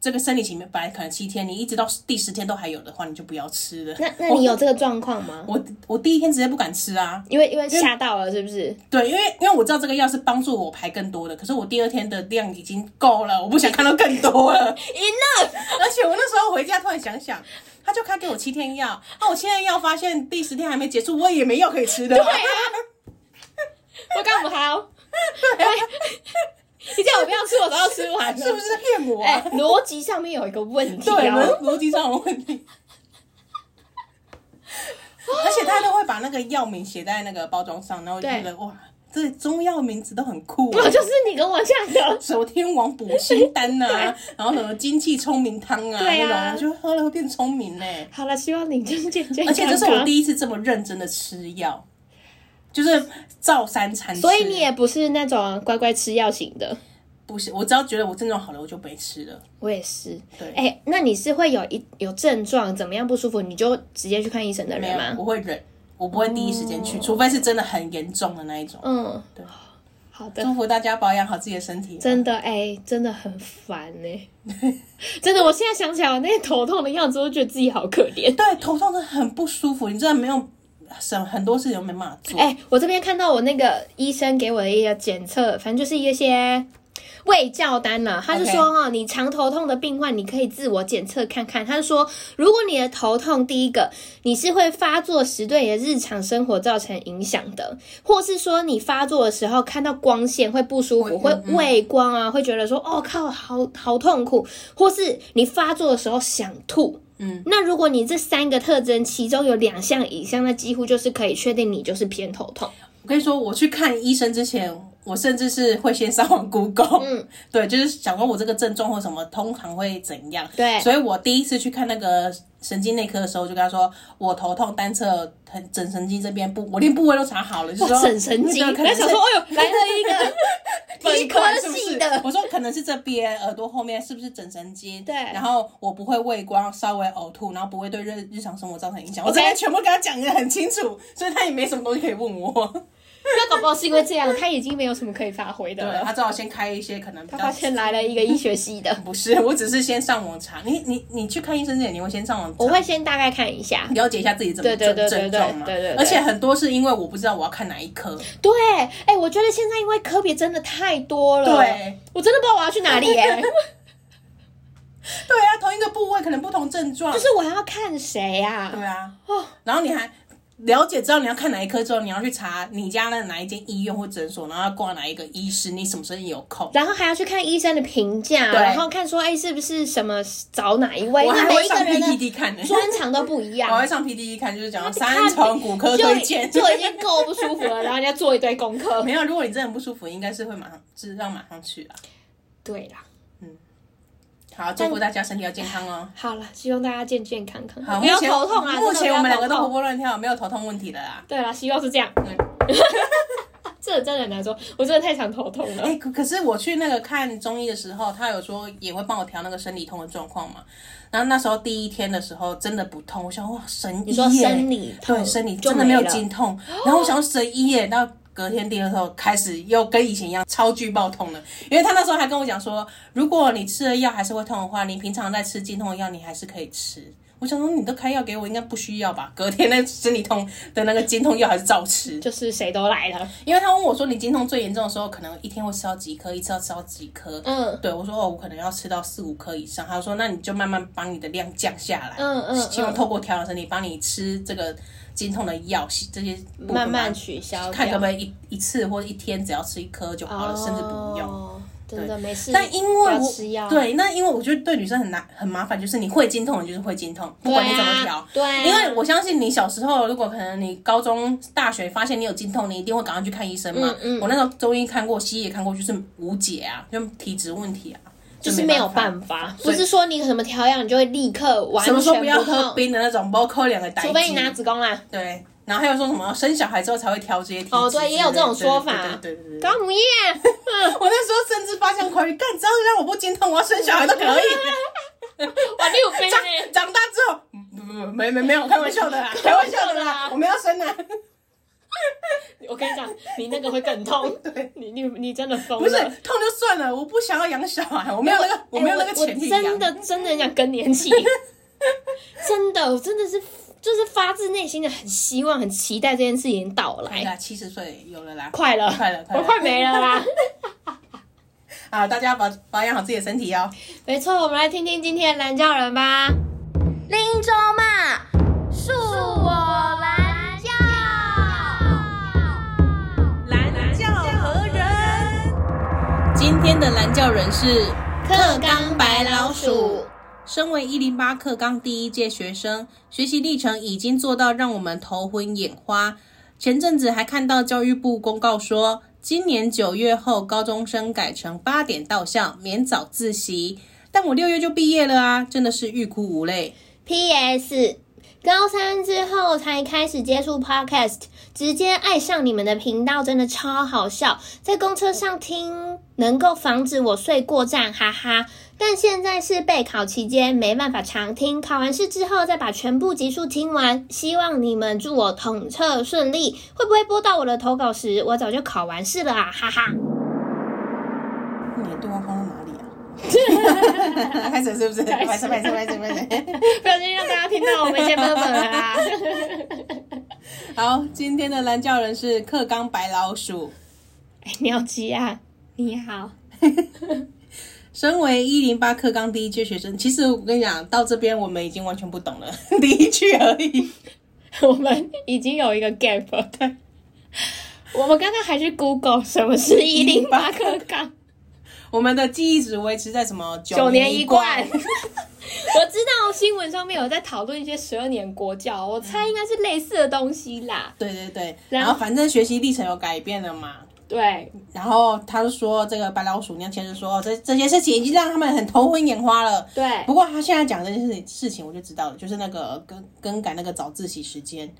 [SPEAKER 1] 这个生理期本来可能七天，你一直到第十天都还有的话，你就不要吃了。
[SPEAKER 2] 那那你有这个状况吗？
[SPEAKER 1] 我我第一天直接不敢吃啊，
[SPEAKER 2] 因为因为吓到了，是不是？
[SPEAKER 1] 对，因为因为我知道这个药是帮助我排更多的，可是我第二天的量已经够了，我不想看到更多了。 *laughs* 而且我那时候回家突然想想，他就开给我七天药，啊那我七天药发现第十天还没结束，我也没药可以吃的。 *laughs*
[SPEAKER 2] 对啊，我干不好。 *laughs* 你叫我不要吃，我都要吃完
[SPEAKER 1] 是不
[SPEAKER 2] 了。
[SPEAKER 1] 是在骗我、
[SPEAKER 2] 哎
[SPEAKER 1] 啊？，
[SPEAKER 2] 逻辑上面有一个问题
[SPEAKER 1] 对，
[SPEAKER 2] 哦。
[SPEAKER 1] 逻逻辑上有问题。而且他都会把那个药名写在那个包装上，然后我就觉得哇，这中药名字都很酷、
[SPEAKER 2] 我
[SPEAKER 1] 啊。
[SPEAKER 2] 就是你跟我讲的，
[SPEAKER 1] 什么天王补心丹呐、啊，然后什么精气聪明汤啊，
[SPEAKER 2] 对啊
[SPEAKER 1] 那种就喝了会变聪明呢、
[SPEAKER 2] 好了，希望你就是健健康康。
[SPEAKER 1] 而且这是我第一次这么认真的吃药，就是照三餐吃。
[SPEAKER 2] 所以你也不是那种乖乖吃药型的。
[SPEAKER 1] 不是，我只要觉得我症状好了，我就没吃了。
[SPEAKER 2] 我也是。
[SPEAKER 1] 对
[SPEAKER 2] 哎、那你是会有一有症状怎么样不舒服，你就直接去看医生的
[SPEAKER 1] 没
[SPEAKER 2] 人
[SPEAKER 1] 有，
[SPEAKER 2] 吗？哦
[SPEAKER 1] 我会忍，我不会第一时间去，除非是真的很严重的那一种。
[SPEAKER 2] 嗯，
[SPEAKER 1] 对。
[SPEAKER 2] 好的，
[SPEAKER 1] 祝福大家保养好自己的身体。
[SPEAKER 2] 真的哎、真的很烦哎、 *laughs* 真的，我现在想起来我那些头痛的样子，我觉得自己好可怜。
[SPEAKER 1] 对，头痛真的很不舒服，你真的没有什很多事情都没办法做。
[SPEAKER 2] 哎、我这边看到我那个医生给我的一个检测，反正就是一些胃教单啦、他就
[SPEAKER 1] OK
[SPEAKER 2] 说哈哦你肠头痛的病患，你可以自我检测看看。他就说，如果你的头痛，第一个你是会发作时对你的日常生活造成影响的，或是说你发作的时候看到光线会不舒服，
[SPEAKER 1] 会
[SPEAKER 2] 会
[SPEAKER 1] 嗯嗯
[SPEAKER 2] 畏光啊，会觉得说哦靠，好好痛苦，或是你发作的时候想吐。
[SPEAKER 1] 嗯，
[SPEAKER 2] 那如果你这三个特征其中有两项以上，那几乎就是可以确定你就是偏头痛。
[SPEAKER 1] 我跟你说，我去看医生之前，我甚至是会先上网 Google， *laughs*
[SPEAKER 2] 嗯，
[SPEAKER 1] 对，就是想问我这个症状或什么通常会怎样。
[SPEAKER 2] 对
[SPEAKER 1] 所以我第一次去看那个神经内科的时候，就跟他说我头痛单侧很整神经这边部，我连部位都查好了，就说
[SPEAKER 2] 哇，整神经，
[SPEAKER 1] 那个可能
[SPEAKER 2] 他
[SPEAKER 1] 是
[SPEAKER 2] 想说，哎呦，来了一个 *laughs*
[SPEAKER 1] 第一
[SPEAKER 2] 本科系的，
[SPEAKER 1] 我说可能是这边耳朵后面是不是整神经？
[SPEAKER 2] 对
[SPEAKER 1] 然后我不会畏光，稍微呕吐，然后不会对日日常生活造成影响。我这边全部跟他讲的很清楚，所以他也没什么东西可以问我。
[SPEAKER 2] 那搞不好是因为这样，他已经没有什么可以发挥的
[SPEAKER 1] 对啊
[SPEAKER 2] 了。
[SPEAKER 1] 他只好先开一些可能比
[SPEAKER 2] 他
[SPEAKER 1] 较
[SPEAKER 2] 发。现来了一个医学
[SPEAKER 1] *laughs*
[SPEAKER 2] 系的，
[SPEAKER 1] 不是，我只是先上网查。你你你去看医生之前，你会先上网查
[SPEAKER 2] 我会先大概看一下。
[SPEAKER 1] 了解一下自己怎么
[SPEAKER 2] 对对
[SPEAKER 1] 症
[SPEAKER 2] 对对
[SPEAKER 1] 症
[SPEAKER 2] 对
[SPEAKER 1] 状嘛
[SPEAKER 2] 对对对。
[SPEAKER 1] 而且很多是因为我不知道我要看哪一科。
[SPEAKER 2] 对，哎，我觉得现在因为科别真的太多了，
[SPEAKER 1] 对，
[SPEAKER 2] 我真的不知道我要去哪里
[SPEAKER 1] *laughs*
[SPEAKER 2] 耶，
[SPEAKER 1] 对啊，同一个部位可能不同症状
[SPEAKER 2] 就。是我还要看谁啊？
[SPEAKER 1] 对啊，
[SPEAKER 2] 哦，
[SPEAKER 1] 然后你还了解知道你要看哪一科之后，你要去查你家的哪一间医院或诊所，然后要挂哪一个医师，你什么时候有空。
[SPEAKER 2] 然后还要去看医生的评价，
[SPEAKER 1] 对
[SPEAKER 2] 然后看说，哎，是不是什么找哪一
[SPEAKER 1] 我
[SPEAKER 2] 位？因为
[SPEAKER 1] 还
[SPEAKER 2] 每
[SPEAKER 1] 会
[SPEAKER 2] 一个
[SPEAKER 1] 上
[SPEAKER 2] 人
[SPEAKER 1] PPT
[SPEAKER 2] 的
[SPEAKER 1] 看呢、
[SPEAKER 2] 专长都不一
[SPEAKER 1] *laughs* 我还
[SPEAKER 2] 样
[SPEAKER 1] 会，上 PPT 看，就是讲
[SPEAKER 2] 看
[SPEAKER 1] 三重骨科
[SPEAKER 2] 就
[SPEAKER 1] 推荐。 *laughs*
[SPEAKER 2] 就已经够不舒服了，然后你要做一堆功课。
[SPEAKER 1] 没有，如果你真的不舒服，应该是会马上知道马上去啦。啊
[SPEAKER 2] 对啦，
[SPEAKER 1] 好，祝福大家身体要健康哦。
[SPEAKER 2] 好了，希望大家健健康康，
[SPEAKER 1] 好，
[SPEAKER 2] 不要
[SPEAKER 1] 目前
[SPEAKER 2] 头痛啊！
[SPEAKER 1] 目
[SPEAKER 2] 真
[SPEAKER 1] 前
[SPEAKER 2] 的
[SPEAKER 1] 我
[SPEAKER 2] 不
[SPEAKER 1] 们
[SPEAKER 2] 要
[SPEAKER 1] 两个
[SPEAKER 2] 头
[SPEAKER 1] 都活
[SPEAKER 2] 痛
[SPEAKER 1] 蹦乱跳，没有头痛问题的啦。
[SPEAKER 2] 对啦，希望是这样。 *laughs* 这真的很难说，我真的太常头痛了。
[SPEAKER 1] 哎、可可是我去那个看中医的时候，他有说也会帮我调那个生理痛的状况嘛。然后那时候第一天的时候真的不痛，我想哇神医
[SPEAKER 2] 你说
[SPEAKER 1] 耶，
[SPEAKER 2] 生理痛
[SPEAKER 1] 对生理
[SPEAKER 2] 就
[SPEAKER 1] 真的没有
[SPEAKER 2] 没了
[SPEAKER 1] 经
[SPEAKER 2] *gasps*
[SPEAKER 1] 痛。然后我想说神医耶，到隔天第二天开始又跟以前一样超巨爆痛了，因为他那时候还跟我讲说，如果你吃了药还是会痛的话，你平常在吃经痛的药你还是可以吃。我想说你都开药给我，应该不需要吧？隔天那生理痛的那个经痛药还是照吃。
[SPEAKER 2] 就是谁都来了，
[SPEAKER 1] 因为他问我说你经痛最严重的时候，可能一天会吃到几颗，一次要吃到几颗。
[SPEAKER 2] 嗯
[SPEAKER 1] 对我说哦，我可能要吃到四五颗以上。他说那你就慢慢把你的量降下来，
[SPEAKER 2] 嗯嗯
[SPEAKER 1] 希望透过调养身体，帮你吃这个经痛的药，这些部分
[SPEAKER 2] 慢慢
[SPEAKER 1] 把
[SPEAKER 2] 取消掉，
[SPEAKER 1] 看可不可以一一次或者一天只要吃一颗就好了，甚至不用。
[SPEAKER 2] 哦，真的没事。
[SPEAKER 1] 但因为
[SPEAKER 2] 不要
[SPEAKER 1] 我
[SPEAKER 2] 吃药，
[SPEAKER 1] 对，那因为我觉得对女生很难很麻烦，就是你会经痛，你就是会经痛，不
[SPEAKER 2] 对
[SPEAKER 1] 管你
[SPEAKER 2] 啊，
[SPEAKER 1] 怎么调，
[SPEAKER 2] 对啊，
[SPEAKER 1] 因为我相信你小时候，如果可能你高中、大学发现你有经痛，你一定会赶快去看医生嘛。
[SPEAKER 2] 嗯嗯
[SPEAKER 1] 我那时候中医看过，西医也看过，就是无解啊，就体质问题啊，
[SPEAKER 2] 就是没有
[SPEAKER 1] 办
[SPEAKER 2] 办法，
[SPEAKER 1] 所
[SPEAKER 2] 不
[SPEAKER 1] 以
[SPEAKER 2] 是说你怎么调养你就会立刻完
[SPEAKER 1] 什
[SPEAKER 2] 全
[SPEAKER 1] 么时候不要喝
[SPEAKER 2] 痛，
[SPEAKER 1] 冰的那种，包括两个代
[SPEAKER 2] 除非你拿子宫啊啦。
[SPEAKER 1] 对，然后还有说什么生小孩之后才会调节体质之类的。
[SPEAKER 2] 哦对也有这种说法
[SPEAKER 1] 对对对对对对
[SPEAKER 2] 高
[SPEAKER 1] *laughs*
[SPEAKER 2] 母液，
[SPEAKER 1] 我那时候甚至发现怀孕，干，只要让我不经痛，我要生小孩都可以。
[SPEAKER 2] *laughs* 哇，你有病
[SPEAKER 1] 长
[SPEAKER 2] 欸
[SPEAKER 1] 长大之后，嗯不不不啊没没没 *laughs* 有，开玩笑的啦，开玩笑 *laughs* 的啦，我们要生啊。
[SPEAKER 2] 我跟你讲，你那个会
[SPEAKER 1] *laughs*
[SPEAKER 2] 更痛，你你你真的疯
[SPEAKER 1] 不是
[SPEAKER 2] 了。哎
[SPEAKER 1] 痛就算了，我不想要养小孩， *laughs* 我没有那个，我没有那个
[SPEAKER 2] 我
[SPEAKER 1] 钱去养。
[SPEAKER 2] 真的真的很想更
[SPEAKER 1] *laughs*
[SPEAKER 2] 年期，真的我真的是就是发自内心的很希望、很期待这件事情到
[SPEAKER 1] 哎
[SPEAKER 2] 来，
[SPEAKER 1] 呀，七十岁有了啦，
[SPEAKER 2] 快了，
[SPEAKER 1] 快了快了
[SPEAKER 2] 我快没了
[SPEAKER 1] *laughs*
[SPEAKER 2] 啦。
[SPEAKER 1] 啊！大家保保养好自己的身体哦。
[SPEAKER 2] 没错，我们来听听今天的蓝教人吧。
[SPEAKER 3] 林州嘛，恕我蓝教。
[SPEAKER 1] 蓝教何人？今天的蓝教人是
[SPEAKER 2] 克刚白老鼠。
[SPEAKER 1] 身为一零八课纲第一届学生，学习历程已经做到让我们头昏眼花。前阵子还看到教育部公告说，今年九月后高中生改成八点到校，免早自习。但我六月就毕业了啊，真的是欲哭无泪。
[SPEAKER 2] P.S.
[SPEAKER 3] 高三之后才开始接触 podcast，直接爱上你们的频道，真的超好笑。在公车上听，能够防止我睡过站，哈哈。但现在是备考期间，没办法常听。考完试之后再把全部集数听完。希望你们祝我统测顺利。会不会播到我的投稿时，我早就考完试了啊，哈
[SPEAKER 2] *laughs*
[SPEAKER 3] 哈。
[SPEAKER 1] 你的对话放到哪里 *laughs* 啊？开始是不是？
[SPEAKER 2] 开始
[SPEAKER 1] 拍手拍手拍手拍手。
[SPEAKER 2] 不小心让大家听到我们一些 *laughs* 啵啵啦。
[SPEAKER 1] 好，今天的蓝教人是克刚白老鼠。
[SPEAKER 2] 哎，鸟吉啊， *laughs* 你好，
[SPEAKER 1] 身为一零八课纲第一届学生，其实我跟你讲，到这边我们已经完全不懂了， *laughs* 第一句而已。
[SPEAKER 2] *laughs* 我们已经有一个 gap 了。对，我们刚刚还去 Google 什么是一零八克纲，
[SPEAKER 1] 我们的记忆只维持在什么
[SPEAKER 2] *laughs* 九年一贯。
[SPEAKER 1] 贯
[SPEAKER 2] *laughs* 我知道新闻上面有在讨论一些十二年国教，我猜应该是类似的东西啦。
[SPEAKER 1] 对对对，
[SPEAKER 2] 然
[SPEAKER 1] 然
[SPEAKER 2] 后
[SPEAKER 1] 后反正学习历程有改变了嘛。
[SPEAKER 2] 对，
[SPEAKER 1] 然后他就说，这个白老鼠那先生说，哦这这些事情已经让他们很头昏眼花了。
[SPEAKER 2] 对
[SPEAKER 1] 不过他现在讲这件事情事情，我就知道了，就是那个更更改那个早自习时间。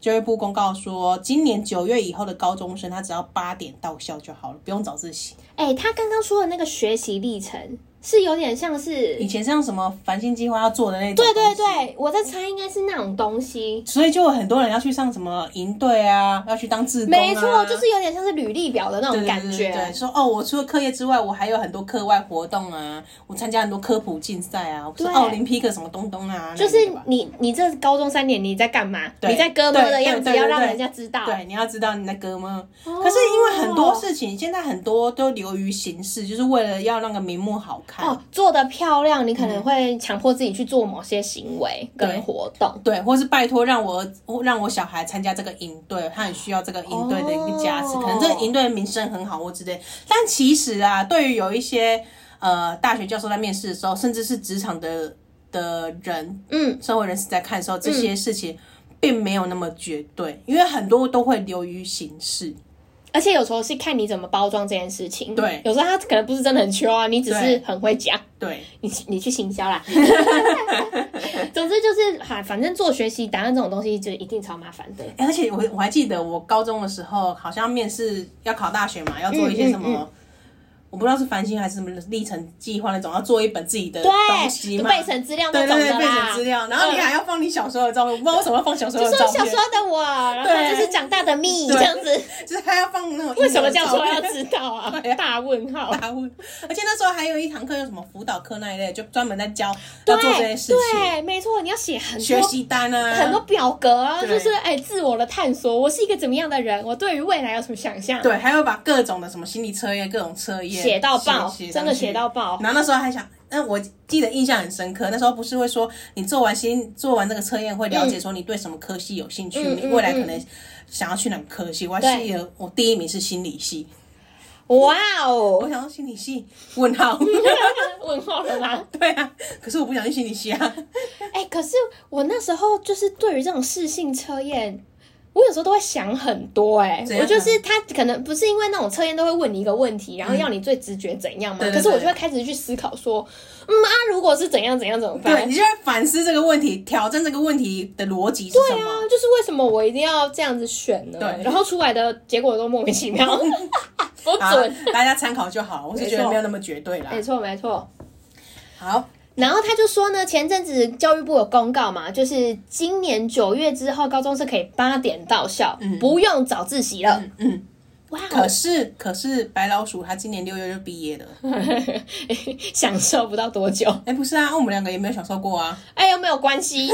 [SPEAKER 1] 教育部公告说，今年九月以后的高中生，他只要八点到校就好了，不用早自习。
[SPEAKER 2] 哎、他刚刚说的那个学习历程是有点像是
[SPEAKER 1] 以，前像什么繁星计划要做的那种，
[SPEAKER 2] 对对，对，我在猜应该是那种东西。
[SPEAKER 1] 所以就有很多人要去上什么营队啊，要去当志工、啊，
[SPEAKER 2] 没错，就是有点像是履历表的那
[SPEAKER 1] 对
[SPEAKER 2] 种
[SPEAKER 1] 对
[SPEAKER 2] 感
[SPEAKER 1] 对
[SPEAKER 2] 觉。
[SPEAKER 1] 对对说哦，我除了课业之外，我还有很多课外活动啊，我参加很多科普竞赛啊，我是
[SPEAKER 2] 对
[SPEAKER 1] 奥林匹克什么东东啊，
[SPEAKER 2] 就是
[SPEAKER 1] 那种的吧
[SPEAKER 2] 你，你这高中三年你在干嘛？
[SPEAKER 1] 对
[SPEAKER 2] 你在哥们的样子
[SPEAKER 1] 对对对对
[SPEAKER 2] 要让人家知道。
[SPEAKER 1] 对，你要知道你的哥们。
[SPEAKER 2] 哦
[SPEAKER 1] 可是因为很多事情，现在很多都流于形式，就是为了要那个名目好看。
[SPEAKER 2] 哦，做的漂亮，你可能会强迫自己去做某些行为跟活动。
[SPEAKER 1] 嗯对，或是拜托让我让我小孩参加这个营队，他很需要这个营队的一个加持。
[SPEAKER 2] 哦
[SPEAKER 1] 可能这个营队的名声很好或之类，但其实啊，对于有一些呃大学教授在面试的时候，甚至是职场的的人，
[SPEAKER 2] 嗯，
[SPEAKER 1] 社会人士在看的时候，这些事情并没有那么绝对，因为很多都会流于形式。
[SPEAKER 2] 而且有时候是看你怎么包装这件事情。
[SPEAKER 1] 对
[SPEAKER 2] 有时候他可能不是真的很秋啊，你只是
[SPEAKER 1] 对
[SPEAKER 2] 很会讲。
[SPEAKER 1] 对，
[SPEAKER 2] 你你去行销
[SPEAKER 1] *laughs*
[SPEAKER 2] 啦。 *laughs* 总之就是哈、反正做学习答案这种东西就一定超麻烦的。
[SPEAKER 1] 欸而且我我还记得我高中的时候，好像面试要考大学嘛，要做一些什么。
[SPEAKER 2] 嗯嗯
[SPEAKER 1] 我不知道是繁星还是什么历程计划那种，要做一本自己的东西
[SPEAKER 2] 对，
[SPEAKER 1] 嘛，
[SPEAKER 2] 背成资料那
[SPEAKER 1] 对
[SPEAKER 2] 种
[SPEAKER 1] 对
[SPEAKER 2] 的
[SPEAKER 1] 对，
[SPEAKER 2] 啦。嗯
[SPEAKER 1] 备审资料，然后你还要放你小时候的照片，我不知道为什么要放小时候
[SPEAKER 2] 就
[SPEAKER 1] 的
[SPEAKER 2] 说
[SPEAKER 1] 照
[SPEAKER 2] 呃小
[SPEAKER 1] 片
[SPEAKER 2] 时，候的我，然后
[SPEAKER 1] 对
[SPEAKER 2] 就是长大的蜜
[SPEAKER 1] 对
[SPEAKER 2] 这样子。
[SPEAKER 1] 就是还要放那种
[SPEAKER 2] 为什么这样
[SPEAKER 1] 照
[SPEAKER 2] 说要
[SPEAKER 1] 片？
[SPEAKER 2] 知道啊
[SPEAKER 1] *laughs* 对？啊
[SPEAKER 2] 大问号。
[SPEAKER 1] 大问，而且那时候还有一堂课，有什么辅导课那一类，就专门在教
[SPEAKER 2] 对
[SPEAKER 1] 要做这些事情，
[SPEAKER 2] 对，没错，你要写很
[SPEAKER 1] 学
[SPEAKER 2] 多。
[SPEAKER 1] 习单啊，
[SPEAKER 2] 很多表格啊，
[SPEAKER 1] 对
[SPEAKER 2] 就是哎、自我的探索，我是一个怎么样的人，我对于未来有什么想象，
[SPEAKER 1] 对，还会把各种的什么心理测验、各种测验
[SPEAKER 2] 写到爆，
[SPEAKER 1] 上
[SPEAKER 2] 真的
[SPEAKER 1] 去
[SPEAKER 2] 写到
[SPEAKER 1] *laughs*
[SPEAKER 2] 爆，
[SPEAKER 1] 然后那时候还想，那我记得印象很深刻，那时候不是会说你做完心做完这个测验会了解说你对什么科系有兴趣，
[SPEAKER 2] 嗯
[SPEAKER 1] 你
[SPEAKER 2] 嗯
[SPEAKER 1] 未来可
[SPEAKER 2] 嗯
[SPEAKER 1] 能想要去哪个科系。我还
[SPEAKER 2] 对
[SPEAKER 1] 记得我第一名是心理系，
[SPEAKER 2] 哇
[SPEAKER 1] 我
[SPEAKER 2] 哦！
[SPEAKER 1] 想要心理系问号，
[SPEAKER 2] *laughs* 问号了
[SPEAKER 1] *laughs*
[SPEAKER 2] 吗？
[SPEAKER 1] 对啊，可是我不想去心理系啊，
[SPEAKER 2] 哎、可是我那时候就是对于这种试性测验，我有时候都会想很多哎、
[SPEAKER 1] 怎样
[SPEAKER 2] 我就是他可能不是因为那种测验都会问你一个问题，然后要你最直觉怎样嘛，
[SPEAKER 1] 嗯对对
[SPEAKER 2] 可是我
[SPEAKER 1] 对
[SPEAKER 2] 就会开始去思考说，嗯啊，如果是怎样怎样怎么办？
[SPEAKER 1] 对你就会反思这个问题，挑战这个问题的逻辑是什
[SPEAKER 2] 对啊
[SPEAKER 1] 么。，
[SPEAKER 2] 就是为什么我一定要这样子选呢？
[SPEAKER 1] 对
[SPEAKER 2] 然后出来的结果都莫
[SPEAKER 1] *laughs*
[SPEAKER 2] 名其妙，不
[SPEAKER 1] 啊
[SPEAKER 2] 准。，
[SPEAKER 1] 大家参考就好。我是觉
[SPEAKER 2] 没
[SPEAKER 1] 得
[SPEAKER 2] 错
[SPEAKER 1] 没有那么绝对啦
[SPEAKER 2] 没。错，没错。
[SPEAKER 1] 好，
[SPEAKER 2] 然后他就说呢，前阵子教育部有公告嘛，就是今年九月之后，高中是可以八点到校，不用早自习了。
[SPEAKER 1] 嗯嗯。
[SPEAKER 2] 哇哦，
[SPEAKER 1] 可是可是白老鼠它今年六月就毕业了。
[SPEAKER 2] *laughs* 嗯享受不到多久。
[SPEAKER 1] 哎，不是啊，我们两个也没有享受过啊。
[SPEAKER 2] 哎，又没有关系。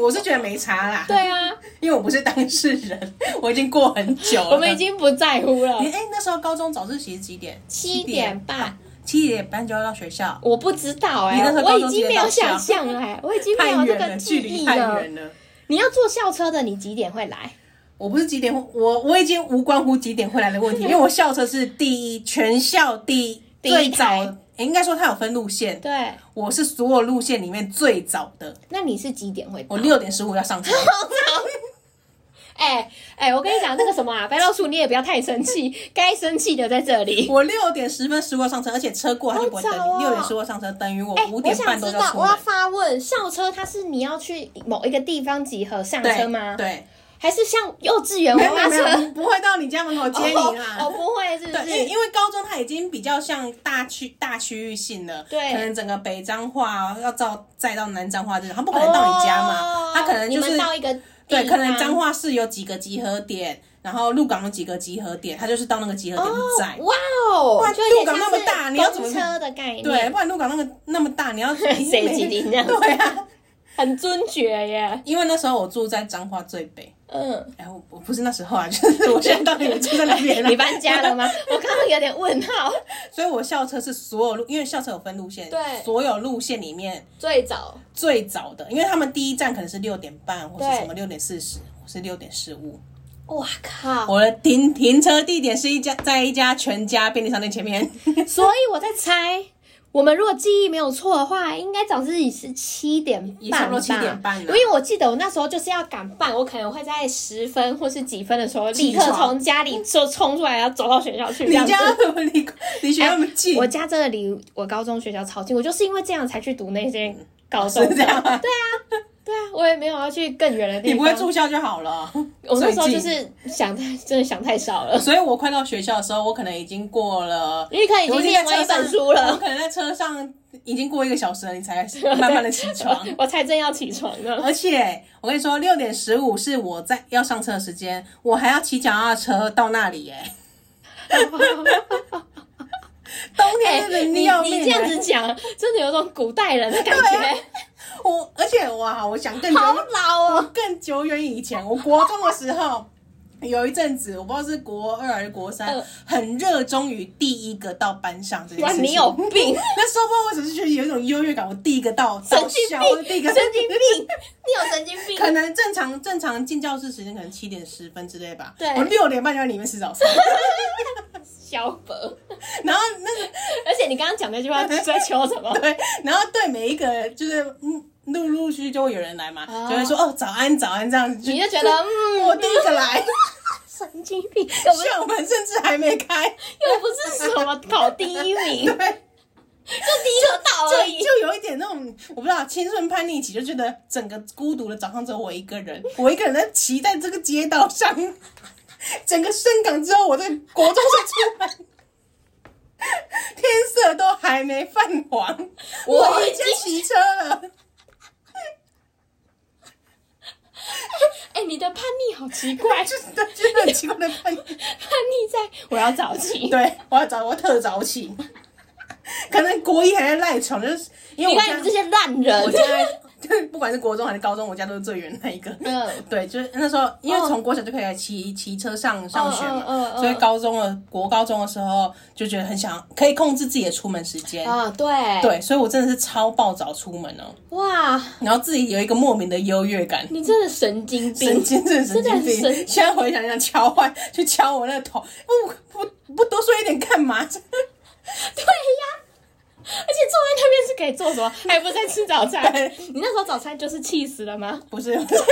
[SPEAKER 1] 我是觉得没差啦，
[SPEAKER 2] 对啊，
[SPEAKER 1] 因为我不是当事人，我已经过很久了。
[SPEAKER 2] 我们已经不在乎了
[SPEAKER 1] 你。哎、那时候高中早自习是几点？
[SPEAKER 2] 七点半，
[SPEAKER 1] 七点半就要到学校，
[SPEAKER 2] 我不知道哎、
[SPEAKER 1] 你那时候
[SPEAKER 2] 我
[SPEAKER 1] 高中
[SPEAKER 2] 已经没有想象了哎、我已经没
[SPEAKER 1] 太
[SPEAKER 2] 有这
[SPEAKER 1] 远
[SPEAKER 2] 个
[SPEAKER 1] 了，
[SPEAKER 2] 记
[SPEAKER 1] 距
[SPEAKER 2] 忆
[SPEAKER 1] 离太
[SPEAKER 2] 了。
[SPEAKER 1] 远了。
[SPEAKER 2] 你要坐校车的，你几点会来？
[SPEAKER 1] 我不是几点，我我已经无关乎几点会来的问题，因为我校车是第一，全校第一，
[SPEAKER 2] *laughs* 第一
[SPEAKER 1] 最早
[SPEAKER 2] 台，
[SPEAKER 1] 诶应该说它有分路线，
[SPEAKER 2] 对，
[SPEAKER 1] 我是所有路线里面最早的，
[SPEAKER 2] 那你是几点会到？
[SPEAKER 1] 我六点十五要上
[SPEAKER 2] *laughs*
[SPEAKER 1] 车。
[SPEAKER 2] 哎哎、我跟你讲，那个什
[SPEAKER 1] *laughs*
[SPEAKER 2] 么啊，白老鼠，你也不要太生气， *laughs* 该生气的在这里。
[SPEAKER 1] 我六点十分、十五上车，而且车过他就不会等
[SPEAKER 2] 好早哦
[SPEAKER 1] 你。六、点十五上车，等于我
[SPEAKER 2] 哎、
[SPEAKER 1] 五
[SPEAKER 2] 我
[SPEAKER 1] 点
[SPEAKER 2] 想
[SPEAKER 1] 半都
[SPEAKER 2] 知
[SPEAKER 1] 要
[SPEAKER 2] 道，
[SPEAKER 1] 出
[SPEAKER 2] 我要
[SPEAKER 1] 门。
[SPEAKER 2] 发问，校车它是你要去某一个地方集合上
[SPEAKER 1] 对
[SPEAKER 2] 车吗？，
[SPEAKER 1] 对，
[SPEAKER 2] 还是像幼稚园
[SPEAKER 1] 没
[SPEAKER 2] 娃
[SPEAKER 1] 有没有
[SPEAKER 2] 娃
[SPEAKER 1] 没
[SPEAKER 2] 车
[SPEAKER 1] 有，不会到你家门口接你
[SPEAKER 2] 哎哦哦
[SPEAKER 1] 啦。
[SPEAKER 2] 不会是不
[SPEAKER 1] 对，因
[SPEAKER 2] 是？
[SPEAKER 1] 因为高中它已经比较像大区大区域性了，
[SPEAKER 2] 对
[SPEAKER 1] 可能整个北彰化要到再到南彰化这种，它不可能到你家嘛，
[SPEAKER 2] 哦
[SPEAKER 1] 它可能就
[SPEAKER 2] 你
[SPEAKER 1] 是
[SPEAKER 2] 们到一个啊地
[SPEAKER 1] 对，可能
[SPEAKER 2] 方
[SPEAKER 1] 彰化市有几个集合点，然后鹿港有几个集合点，它就是到那个集合点在。
[SPEAKER 2] 哇哦，
[SPEAKER 1] 哇
[SPEAKER 2] 就有点
[SPEAKER 1] 鹿港那
[SPEAKER 2] 像
[SPEAKER 1] 么
[SPEAKER 2] 是
[SPEAKER 1] 大你要怎
[SPEAKER 2] 公
[SPEAKER 1] 么
[SPEAKER 2] 车的概念？
[SPEAKER 1] 对，，不然鹿港那个那么大，你要
[SPEAKER 2] *laughs* 谁几零这样子
[SPEAKER 1] 对啊，
[SPEAKER 2] 很尊爵耶。
[SPEAKER 1] 因为那时候我住在彰化最北，
[SPEAKER 2] 嗯，
[SPEAKER 1] 哎，我我不是那时候啊，就是我现在到底住在哪边啊了？
[SPEAKER 2] *laughs* 你搬家
[SPEAKER 1] *laughs*
[SPEAKER 2] 了？吗？我刚刚有点问号。
[SPEAKER 1] 所以我校车是所有路，因为校车有分路线，
[SPEAKER 2] 对
[SPEAKER 1] 所有路线里面
[SPEAKER 2] 最早
[SPEAKER 1] 最早的，因为他们第一站可能是六点半或是
[SPEAKER 2] 对
[SPEAKER 1] 什么六点四十，我是六点十五。
[SPEAKER 2] 哇靠！
[SPEAKER 1] 我的停停车地点是一家在一家全家便利商店前
[SPEAKER 2] *laughs*
[SPEAKER 1] 面，
[SPEAKER 2] 所以我在猜，我们如果记忆没有错的话，应该早自习是七点
[SPEAKER 1] 也差
[SPEAKER 2] 半
[SPEAKER 1] 不
[SPEAKER 2] 吧？
[SPEAKER 1] 多7点半了
[SPEAKER 2] 因为我记得我那时候就是要赶半，我可能会在十分或是几分的时候立
[SPEAKER 1] 起
[SPEAKER 2] 刻
[SPEAKER 1] 床
[SPEAKER 2] 从家里就冲出来，然后走到学校去。
[SPEAKER 1] 你
[SPEAKER 2] 这
[SPEAKER 1] *laughs*
[SPEAKER 2] 样子
[SPEAKER 1] 家怎么离离学校那么近？
[SPEAKER 2] 哎我家真的离我高中学校超近，我就是因为这样才去读那间高中。
[SPEAKER 1] 嗯 *laughs* 是 *laughs* 这样吗
[SPEAKER 2] 对啊，对啊， *laughs* 我也没有要去更远的地
[SPEAKER 1] 你不
[SPEAKER 2] 方。
[SPEAKER 1] 会住？校就好了。
[SPEAKER 2] 我那时候
[SPEAKER 1] 最
[SPEAKER 2] 就
[SPEAKER 1] 近
[SPEAKER 2] 是想太，真的想太少了。
[SPEAKER 1] 所以我快到学校的时候，我可能已经过了。
[SPEAKER 2] 你可能已
[SPEAKER 1] 我
[SPEAKER 2] 经
[SPEAKER 1] 已经
[SPEAKER 2] 念
[SPEAKER 1] 在
[SPEAKER 2] 完一
[SPEAKER 1] 车上
[SPEAKER 2] 本书
[SPEAKER 1] 我
[SPEAKER 2] 了，
[SPEAKER 1] 可能在车上已经过一个小时了，你
[SPEAKER 2] *laughs*
[SPEAKER 1] 才 *laughs* 慢慢的起床。
[SPEAKER 2] 我才正要起床 *laughs* 呢。
[SPEAKER 1] *laughs* 而且我跟你说，六点十五是我在要上车的时间，我还要骑脚踏车到那
[SPEAKER 2] *laughs*
[SPEAKER 1] 里耶、冬天真的哎
[SPEAKER 2] 你
[SPEAKER 1] 你要命、
[SPEAKER 2] 哎
[SPEAKER 1] 啊
[SPEAKER 2] 你这样子，讲，真的有种古代人的感觉，
[SPEAKER 1] 我而且我啊，我想更久
[SPEAKER 2] 好老哦。
[SPEAKER 1] 更久远以前，我国中的时候，有一阵子，我不知道是国二还是国三，
[SPEAKER 2] 嗯
[SPEAKER 1] 很热衷于第一个到班上这件
[SPEAKER 2] 哇，
[SPEAKER 1] 事情。
[SPEAKER 2] 你有病，
[SPEAKER 1] *laughs* 那时候不知道为什么就觉得有一种优越感，我第一个到，
[SPEAKER 2] 神
[SPEAKER 1] 到
[SPEAKER 2] 经
[SPEAKER 1] 校我第一
[SPEAKER 2] 病，
[SPEAKER 1] 个
[SPEAKER 2] 神经病，你有神经
[SPEAKER 1] *laughs*
[SPEAKER 2] 病。
[SPEAKER 1] 可能正常正常进教室时间可能七点十分之类吧，
[SPEAKER 2] 对
[SPEAKER 1] 我六点半就在里面吃早餐，
[SPEAKER 2] 小本，
[SPEAKER 1] 然后那
[SPEAKER 2] 而且你刚刚讲那句话是在
[SPEAKER 1] *laughs*
[SPEAKER 2] 求什么？
[SPEAKER 1] 个对，然后对每一个就是嗯，陆陆续续就会有人来嘛，
[SPEAKER 2] 哦
[SPEAKER 1] 就会说哦早安早安这样子，
[SPEAKER 2] 你就觉得嗯，
[SPEAKER 1] 我第一个来，
[SPEAKER 2] 神经病，又不是
[SPEAKER 1] 校门甚至还没开，
[SPEAKER 2] 又不 *laughs* 是什么考第一
[SPEAKER 1] *laughs*
[SPEAKER 2] 名，就第一
[SPEAKER 1] 对。
[SPEAKER 2] 个到而
[SPEAKER 1] 就
[SPEAKER 2] 已。
[SPEAKER 1] 就有一点那种，我不知道青春叛逆期，就觉得整个孤独的早上只有我一个人，我一个人在骑在这个街道上，整个深港之后，我在国中就出来，天色都还没泛黄，
[SPEAKER 2] 我
[SPEAKER 1] 我已
[SPEAKER 2] 已
[SPEAKER 1] 经
[SPEAKER 2] 经
[SPEAKER 1] 骑车了。
[SPEAKER 2] 哎、你的叛逆好奇 *laughs* 怪，
[SPEAKER 1] 就是就是很奇怪的叛逆，
[SPEAKER 2] 叛逆在我要早起。
[SPEAKER 1] 对我要早，我特早起，可能国一还在赖床，就是因为
[SPEAKER 2] 你
[SPEAKER 1] 我
[SPEAKER 2] 看你
[SPEAKER 1] 家
[SPEAKER 2] 们这些烂人
[SPEAKER 1] 我，家 *laughs* 就是不管是国中还是高中，我家都是最远的那一个。
[SPEAKER 2] 嗯，
[SPEAKER 1] 对，就是那时候，因为
[SPEAKER 2] 哦
[SPEAKER 1] 从国小就可以骑骑车上上学嘛，
[SPEAKER 2] 嗯嗯嗯嗯
[SPEAKER 1] 所以高中的国高中的时候就觉得很想可以控制自己的出门时间。
[SPEAKER 2] 啊，对，
[SPEAKER 1] 对，所以我真的是超暴早出门哦，
[SPEAKER 2] 哇，
[SPEAKER 1] 然后自己有一个莫名的优越感，
[SPEAKER 2] 你真的神经病，
[SPEAKER 1] 神经真的神
[SPEAKER 2] 真的
[SPEAKER 1] 经
[SPEAKER 2] 很
[SPEAKER 1] 病
[SPEAKER 2] 神经。
[SPEAKER 1] 现在回想想，敲坏去敲我那个头，不不不多睡一点干嘛？ *laughs*
[SPEAKER 2] 对呀、而且坐在那边是可以做 *laughs* 什么？还不是在吃早餐
[SPEAKER 1] 对？
[SPEAKER 2] 你那时候早餐就是气死了吗？
[SPEAKER 1] 不是， *laughs* 不是。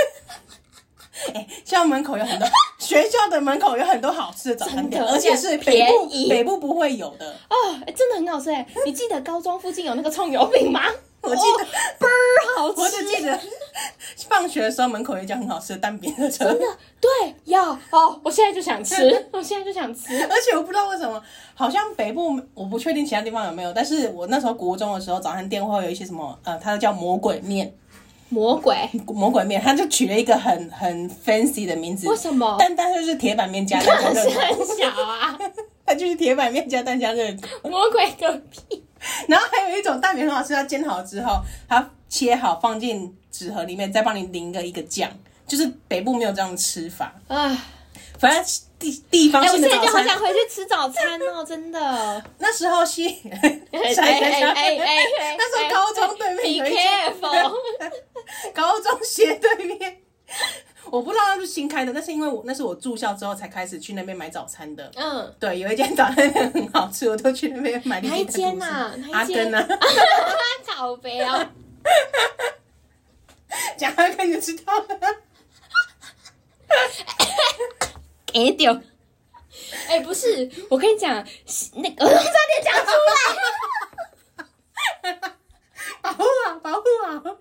[SPEAKER 1] 哎、校门口有很
[SPEAKER 2] *laughs*
[SPEAKER 1] 多，学校的门口有很多好吃的早餐店，
[SPEAKER 2] 真的
[SPEAKER 1] 而且是北部
[SPEAKER 2] 而且便宜
[SPEAKER 1] 北部不会有的。
[SPEAKER 2] 哦，哎真的很好吃哎！你记得高中附近有那个葱油饼 *laughs* 吗？
[SPEAKER 1] 我记得
[SPEAKER 2] 哦倍儿、好吃，
[SPEAKER 1] 我只记得放学的时候门口有一家很好吃的蛋饼的车，
[SPEAKER 2] 真的对要哦，我现在就想 *laughs* 吃，我现在就想吃。
[SPEAKER 1] 而且我不知道为什么，好像北部我不确定其他地方有没有，但是我那时候国中的时候早餐店会有一些什么呃，它叫魔鬼面，
[SPEAKER 2] 魔 *laughs* 鬼
[SPEAKER 1] 魔鬼面，它就取了一个很很 fancy 的名字，
[SPEAKER 2] 为什么
[SPEAKER 1] 但但是就是铁板面加蛋加
[SPEAKER 2] 可
[SPEAKER 1] 热
[SPEAKER 2] 是 *laughs*
[SPEAKER 1] 狗，
[SPEAKER 2] 很小啊，
[SPEAKER 1] 它就是铁板面加蛋加热狗。
[SPEAKER 2] 魔鬼个屁！
[SPEAKER 1] 然后还有一种蛋饼很好吃，它煎好之后，它切好放进纸盒里面，再帮你淋个一个酱，就是北部没有这样吃法，
[SPEAKER 2] 啊，
[SPEAKER 1] 反正地地方
[SPEAKER 2] 哎、我
[SPEAKER 1] 性
[SPEAKER 2] 现
[SPEAKER 1] 的早
[SPEAKER 2] 在就好
[SPEAKER 1] 餐。
[SPEAKER 2] 想回去吃早餐哦，真的。
[SPEAKER 1] 那时候西，
[SPEAKER 2] 哎
[SPEAKER 1] 闪
[SPEAKER 2] 哎
[SPEAKER 1] 闪
[SPEAKER 2] 哎哎哎
[SPEAKER 1] 那时候高中对面有一
[SPEAKER 2] Be
[SPEAKER 1] 间
[SPEAKER 2] careful
[SPEAKER 1] 高中斜对面。我不知道它是新开的，但是因为我那是我住校之后才开始去那边买早餐的。
[SPEAKER 2] 嗯，
[SPEAKER 1] 对，有一间早餐店很好吃，我都去那边买了
[SPEAKER 2] 哪
[SPEAKER 1] 一
[SPEAKER 2] 一
[SPEAKER 1] 个
[SPEAKER 2] 间
[SPEAKER 1] 吐司
[SPEAKER 2] 呐、哪
[SPEAKER 1] 阿
[SPEAKER 2] 一间
[SPEAKER 1] 根啊，
[SPEAKER 2] *laughs* 靠北啊！
[SPEAKER 1] 讲阿根就知道了。
[SPEAKER 2] 给丢。 *laughs* 哎、不是，我跟你讲，那个 *laughs* 我差点讲出来，
[SPEAKER 1] 保护好，保护好。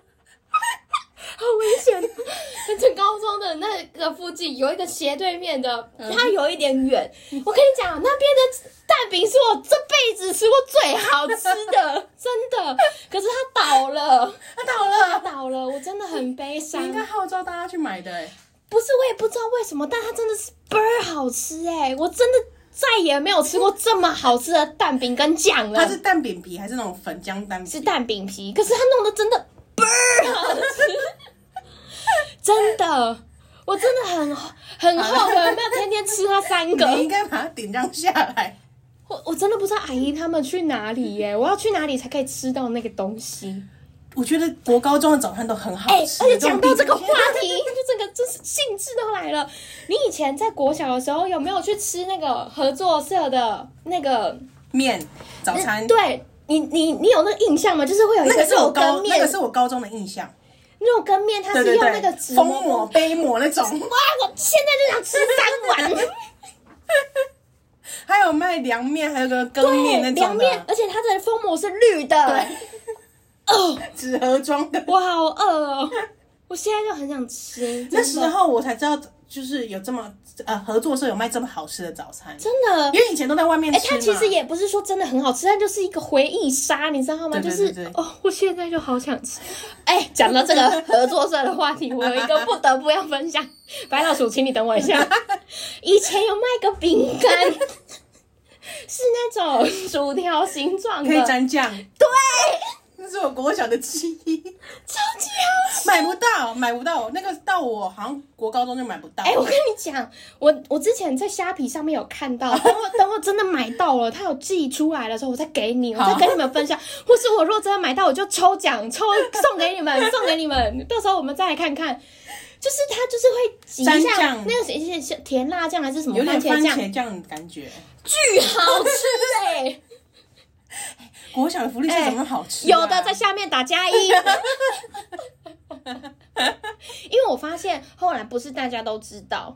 [SPEAKER 2] 好危险！而且高中的那个附近有一个斜对面的，它有一点远。我跟你讲，那边的蛋饼是我这辈子吃过最好吃 *laughs* 的，真的。可是它倒了，
[SPEAKER 1] 他倒了
[SPEAKER 2] 它。倒了，我真的很悲伤
[SPEAKER 1] 你应。该号召大家去买的、欸，
[SPEAKER 2] 不是，我也不知道为什么，但它真的是倍儿好吃哎、我真的再也没有吃过这么好吃的蛋饼跟酱了。
[SPEAKER 1] 它是蛋饼皮还是那种粉浆蛋饼？
[SPEAKER 2] 是蛋饼皮，可是它弄得真的倍儿好吃，真的，我真的很很后悔我没有天天吃它三
[SPEAKER 1] 你应
[SPEAKER 2] 个。
[SPEAKER 1] 该把它顶上下来。
[SPEAKER 2] 我我真的不知道阿姨他们去哪里耶，我要去哪里才可以吃到那个东西？我
[SPEAKER 1] 我觉得国高中的早餐都很好
[SPEAKER 2] 哎、
[SPEAKER 1] 吃，
[SPEAKER 2] 而且讲到这个
[SPEAKER 1] 种
[SPEAKER 2] 话
[SPEAKER 1] 地方
[SPEAKER 2] 题， *laughs* 就整个就是兴致都来了。你以前在国小的时候有没有去吃那个合作社的那个？
[SPEAKER 1] 面早餐，，
[SPEAKER 2] 对你你你有那个印象吗？就是会有一
[SPEAKER 1] 那个是
[SPEAKER 2] 肉
[SPEAKER 1] 我
[SPEAKER 2] 羹
[SPEAKER 1] 高
[SPEAKER 2] 面
[SPEAKER 1] 那，个是我高中的印象，
[SPEAKER 2] 肉羹面它
[SPEAKER 1] 对
[SPEAKER 2] 是
[SPEAKER 1] 对
[SPEAKER 2] 用那
[SPEAKER 1] 对
[SPEAKER 2] 个，纸
[SPEAKER 1] 封
[SPEAKER 2] 膜
[SPEAKER 1] 膜、杯膜那
[SPEAKER 2] *laughs*
[SPEAKER 1] 种，
[SPEAKER 2] 哇！我现在就想吃三 *laughs* 碗。
[SPEAKER 1] 还有卖凉面，还有个羹面那
[SPEAKER 2] 对，凉
[SPEAKER 1] 种
[SPEAKER 2] 面，
[SPEAKER 1] 的，
[SPEAKER 2] 而且它的封膜是绿的。
[SPEAKER 1] 对，
[SPEAKER 2] 哦，
[SPEAKER 1] 纸盒装
[SPEAKER 2] *laughs*
[SPEAKER 1] 的。
[SPEAKER 2] 我好饿哦！我现在就很想 *laughs* 吃。
[SPEAKER 1] 那
[SPEAKER 2] 真
[SPEAKER 1] 时
[SPEAKER 2] 的
[SPEAKER 1] 候我才知道，就是有这么呃合作社有卖这么好吃的早餐，
[SPEAKER 2] 真的
[SPEAKER 1] 因，为以前都在外面
[SPEAKER 2] 哎，
[SPEAKER 1] 吃
[SPEAKER 2] 它
[SPEAKER 1] 嘛
[SPEAKER 2] 其实也不是说真的很好吃，它就是一个回忆杀，你知道吗？
[SPEAKER 1] 对对
[SPEAKER 2] 就是
[SPEAKER 1] 对对
[SPEAKER 2] 哦，我现在就好想吃。哎，讲到这 *laughs* 个合作社的话题，我有一个不得不要分享。 *laughs* 白老鼠，请你等我一 *laughs* 下。以前有卖一个饼干， *laughs* 是那种薯条形状的，
[SPEAKER 1] 可以沾酱，
[SPEAKER 2] 对，
[SPEAKER 1] 那是我国小的记忆。
[SPEAKER 2] 超级好吃。
[SPEAKER 1] 买不到，买不到，那个到我好像国高中就买不到。
[SPEAKER 2] 哎、我跟你讲，我我之前在虾皮上面有看
[SPEAKER 1] *laughs*
[SPEAKER 2] 到，等我等我真的买到了，它有寄出来的时候，我再给你，我
[SPEAKER 1] 好
[SPEAKER 2] 再跟你们分享。或是我若真的买到，我就抽
[SPEAKER 1] *laughs*
[SPEAKER 2] 奖抽送给你们，送给你们，到时候我们再来看看。就是它就是会挤一
[SPEAKER 1] 蘸
[SPEAKER 2] 下
[SPEAKER 1] 酱
[SPEAKER 2] 那个是是是甜辣酱还是什么
[SPEAKER 1] 有点番
[SPEAKER 2] 酱，
[SPEAKER 1] 茄酱的感觉，
[SPEAKER 2] 巨好吃哎、
[SPEAKER 1] 国小的啊福利社怎么那么好吃、
[SPEAKER 2] 有的在，下面打加一。 *laughs* 因为我发现后来不是大家都知道，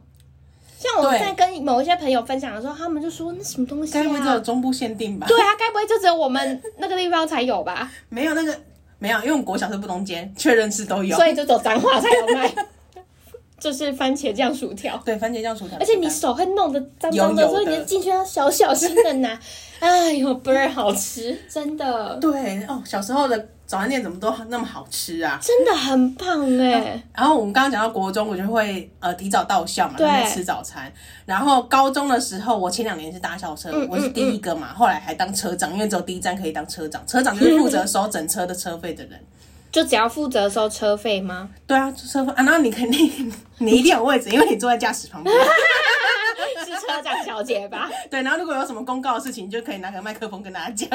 [SPEAKER 2] 像我
[SPEAKER 1] 对
[SPEAKER 2] 在跟某一些朋友分享的时候，他们就说那什么东西
[SPEAKER 1] 该不会只有
[SPEAKER 2] 啊？
[SPEAKER 1] 中部限定吧？
[SPEAKER 2] 对啊，该不会就只有我们那个地方才有吧？
[SPEAKER 1] 没有那个没有，因为我们国小是不同间，确认是都有。
[SPEAKER 2] 所以就走脏话才有卖，就是番茄酱薯条。
[SPEAKER 1] 对，番茄酱薯条，
[SPEAKER 2] 而且你手会弄得脏脏
[SPEAKER 1] 油油
[SPEAKER 2] 的，
[SPEAKER 1] 的
[SPEAKER 2] 所以你就进去要小小心的拿。哎呦，倍儿好吃，真的，
[SPEAKER 1] 对哦，小时候的早餐店怎么都那么好吃啊？
[SPEAKER 2] 真的很棒哎、
[SPEAKER 1] 然后我们刚刚讲到国中，我就会呃提早到校嘛，
[SPEAKER 2] 对
[SPEAKER 1] 在那边吃早餐。然后高中的时候，我前两年是搭校车，
[SPEAKER 2] 嗯
[SPEAKER 1] 我是第一个嘛，后来还当车长，因为只有第一站可以当车长，车长就是负责收整车的车 *laughs* 费的人。
[SPEAKER 2] 就只要负责收车费吗？
[SPEAKER 1] 对啊，车费啊，然后你肯定 *laughs* 你一定有位置，因为你坐在驾驶
[SPEAKER 2] *laughs*
[SPEAKER 1] 旁边。
[SPEAKER 2] 是车长小姐吧？ *laughs*
[SPEAKER 1] 对，然后如果有什么公告的事情，你就可以拿个麦克风跟大家讲。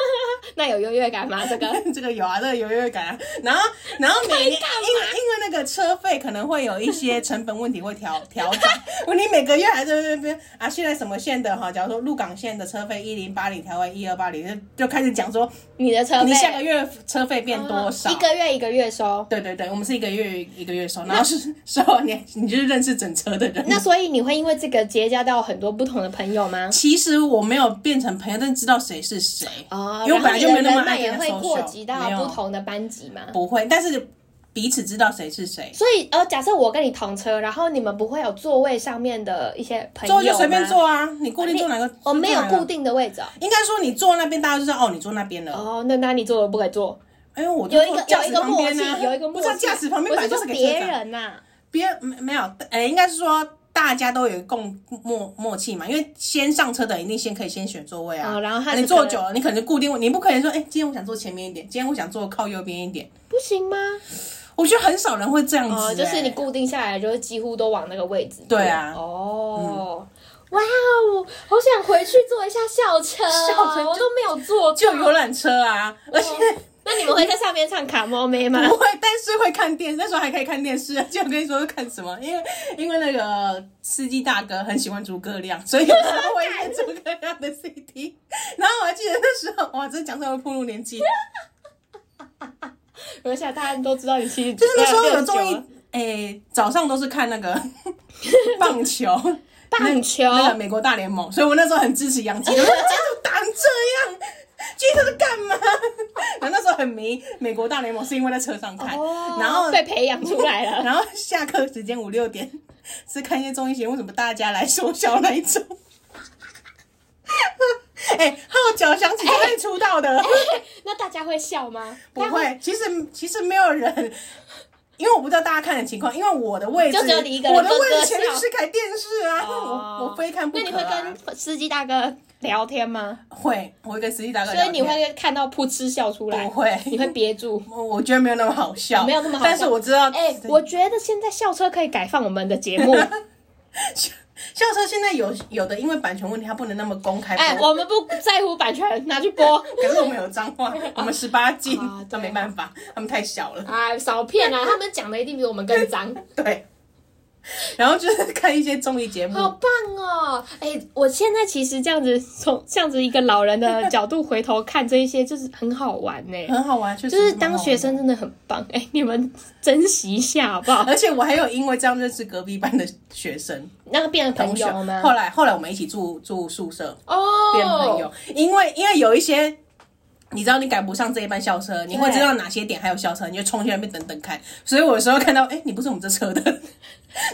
[SPEAKER 1] *laughs*
[SPEAKER 2] 那有优越感吗？这个
[SPEAKER 1] 这个有啊，这个优越感啊。然后，然后每年因为因为那个车费可能会有一些成本问题会调调整，你每个月还在那边啊，现在什么线的哈？假如说鹿港线的车费一零八零调为一二八零，就就开始讲说
[SPEAKER 2] 你的车费，
[SPEAKER 1] 你下个月车费变多少。
[SPEAKER 2] 哦一个月一个月收。
[SPEAKER 1] 对对对，我们是一个月一个月收，然后是收完你你就是认识整车的人。
[SPEAKER 2] 那所以你会因为这个结交到很多不同的朋友吗？
[SPEAKER 1] 其实我没有变成朋友，但知道谁是谁，
[SPEAKER 2] 哦
[SPEAKER 1] 嗯因为我本来就没有那么
[SPEAKER 2] 然后
[SPEAKER 1] 爱
[SPEAKER 2] 你的
[SPEAKER 1] 跟人
[SPEAKER 2] 人脉也
[SPEAKER 1] social，
[SPEAKER 2] 会扩及到
[SPEAKER 1] 没有
[SPEAKER 2] 不同的班级嘛。
[SPEAKER 1] 不会，但是彼此知道谁是谁。
[SPEAKER 2] 所以呃，假设我跟你同车，然后你们不会有座位上面的一些朋友
[SPEAKER 1] 坐
[SPEAKER 2] 吗
[SPEAKER 1] 就随便，坐啊，你固定坐哪个？
[SPEAKER 2] 我没有
[SPEAKER 1] 就坐哪个
[SPEAKER 2] 固。定的位置哦。
[SPEAKER 1] 应该说你坐那边，大家就知道哦，你坐那边了。
[SPEAKER 2] 哦，那那你坐我不可以坐，
[SPEAKER 1] 哎呦，我就
[SPEAKER 2] 有一
[SPEAKER 1] 坐
[SPEAKER 2] 个
[SPEAKER 1] 驾
[SPEAKER 2] 有
[SPEAKER 1] 驶
[SPEAKER 2] 一个
[SPEAKER 1] 旁
[SPEAKER 2] 默
[SPEAKER 1] 边
[SPEAKER 2] 契
[SPEAKER 1] 呢，，
[SPEAKER 2] 有一个默
[SPEAKER 1] 不
[SPEAKER 2] 契
[SPEAKER 1] 是。驾驶旁边
[SPEAKER 2] 我
[SPEAKER 1] 本
[SPEAKER 2] 是
[SPEAKER 1] 来就是
[SPEAKER 2] 说
[SPEAKER 1] 给
[SPEAKER 2] 别
[SPEAKER 1] 车长，
[SPEAKER 2] 人啊呐，
[SPEAKER 1] 别人没没有，哎，应该是说大家都有一个共默默契嘛，因为先上车的一定先可以先选座位啊。
[SPEAKER 2] 哦然后他
[SPEAKER 1] 啊
[SPEAKER 2] 就
[SPEAKER 1] 你坐
[SPEAKER 2] 可能
[SPEAKER 1] 久了，你可能就固定位，你不可能说，哎，今天我想坐前面一点，今天我想坐靠右边一点。
[SPEAKER 2] 不行吗？
[SPEAKER 1] 我觉得很少人会这样子，
[SPEAKER 2] 哦，就是
[SPEAKER 1] 哎
[SPEAKER 2] 你固定下来，就是几乎都往那个位置。
[SPEAKER 1] 对啊嗯
[SPEAKER 2] 哦，哇哦，好想回去坐一下校车哦，
[SPEAKER 1] 校车
[SPEAKER 2] 我都没有坐到
[SPEAKER 1] 就游。览车啊，而且
[SPEAKER 2] 那你们会在上面唱卡莫妹吗？
[SPEAKER 1] 不会，但是会看电视，那时候还可以看电视。就我跟你说看什么，因为因为那个司机大哥很喜欢诸葛亮，所以有时候会买诸葛亮的 CD。然 *laughs* 后我还记得那时候，哇，真讲出来会暴露年纪，就
[SPEAKER 2] 而且大家都知道你其实
[SPEAKER 1] 是那时候有综
[SPEAKER 2] 69
[SPEAKER 1] 艺
[SPEAKER 2] 了，
[SPEAKER 1] 哎、早上都是看那个 *laughs* 棒球，
[SPEAKER 2] 棒球，
[SPEAKER 1] 那个美国大联盟，所以我那时候很支持洋基，我说基督打成这样。基督是干嘛？然后那时候很迷美国大联盟，是因为在车上看，
[SPEAKER 2] 哦
[SPEAKER 1] 然后
[SPEAKER 2] 被培养出来
[SPEAKER 1] *laughs*
[SPEAKER 2] 了。
[SPEAKER 1] 然后下课时间五六点是看一些综艺节目，什么大家来缩小那一种。 *laughs* 哎、号角响起就会出道的，
[SPEAKER 2] 哎那大家会笑吗？
[SPEAKER 1] 不会。其实其实没有人，因为我不知道大家看的情况，因为我的位置，
[SPEAKER 2] 就只有你一个人
[SPEAKER 1] 我的位
[SPEAKER 2] 咯咯
[SPEAKER 1] 置
[SPEAKER 2] 笑
[SPEAKER 1] 前面就是台电视啊，
[SPEAKER 2] 哦
[SPEAKER 1] 我我非看不
[SPEAKER 2] 那
[SPEAKER 1] 可、啊。
[SPEAKER 2] 你会跟司机大哥聊天吗？
[SPEAKER 1] 会，我会跟司机大哥
[SPEAKER 2] 所
[SPEAKER 1] 聊
[SPEAKER 2] 以
[SPEAKER 1] 天，
[SPEAKER 2] 你会看到噗嗤笑出来？
[SPEAKER 1] 不会
[SPEAKER 2] 你会憋
[SPEAKER 1] *laughs*
[SPEAKER 2] 住。
[SPEAKER 1] 我我觉得没有那么好笑，
[SPEAKER 2] 哦没有那么好笑
[SPEAKER 1] 但是我知道，
[SPEAKER 2] 哎、
[SPEAKER 1] *laughs*
[SPEAKER 2] 我觉得现在校车可以改放我们的节目。
[SPEAKER 1] 校车现在有有的因为版权问题，它不能那么公开播。
[SPEAKER 2] *laughs* 哎、我们不在乎版权，拿去播 *laughs*
[SPEAKER 1] 可是我们有脏话，我们十八禁
[SPEAKER 2] 啊，
[SPEAKER 1] 那、没
[SPEAKER 2] 对
[SPEAKER 1] 办法，他们太小了。
[SPEAKER 2] 啊，少骗啊！他们讲的一定比我们更脏，
[SPEAKER 1] 对，然后就是看一些综艺节目，
[SPEAKER 2] 好棒哦！哎、我现在其实这样子从这样子一个老人的角度回头看这一些，就是很好玩 *laughs* 呢、
[SPEAKER 1] 很好玩，确实
[SPEAKER 2] 就是
[SPEAKER 1] 蛮好
[SPEAKER 2] 当
[SPEAKER 1] 玩
[SPEAKER 2] 学。生真的很棒，哎、你们珍惜一下好不好？
[SPEAKER 1] 而且我还有因为这样认识隔壁班的学生
[SPEAKER 2] *laughs* 那个变成
[SPEAKER 1] 同
[SPEAKER 2] 朋
[SPEAKER 1] 学
[SPEAKER 2] 友 *laughs* 吗，？
[SPEAKER 1] 后来后来我们一起住住宿舍
[SPEAKER 2] 哦，
[SPEAKER 1] 变朋友，因为因为有一些你知道你赶不上这一班校车，你会知道哪些点还有校车，你就冲去那边等等看。所以我有时候看到，哎、你不是我们这车
[SPEAKER 2] *laughs*
[SPEAKER 1] 的，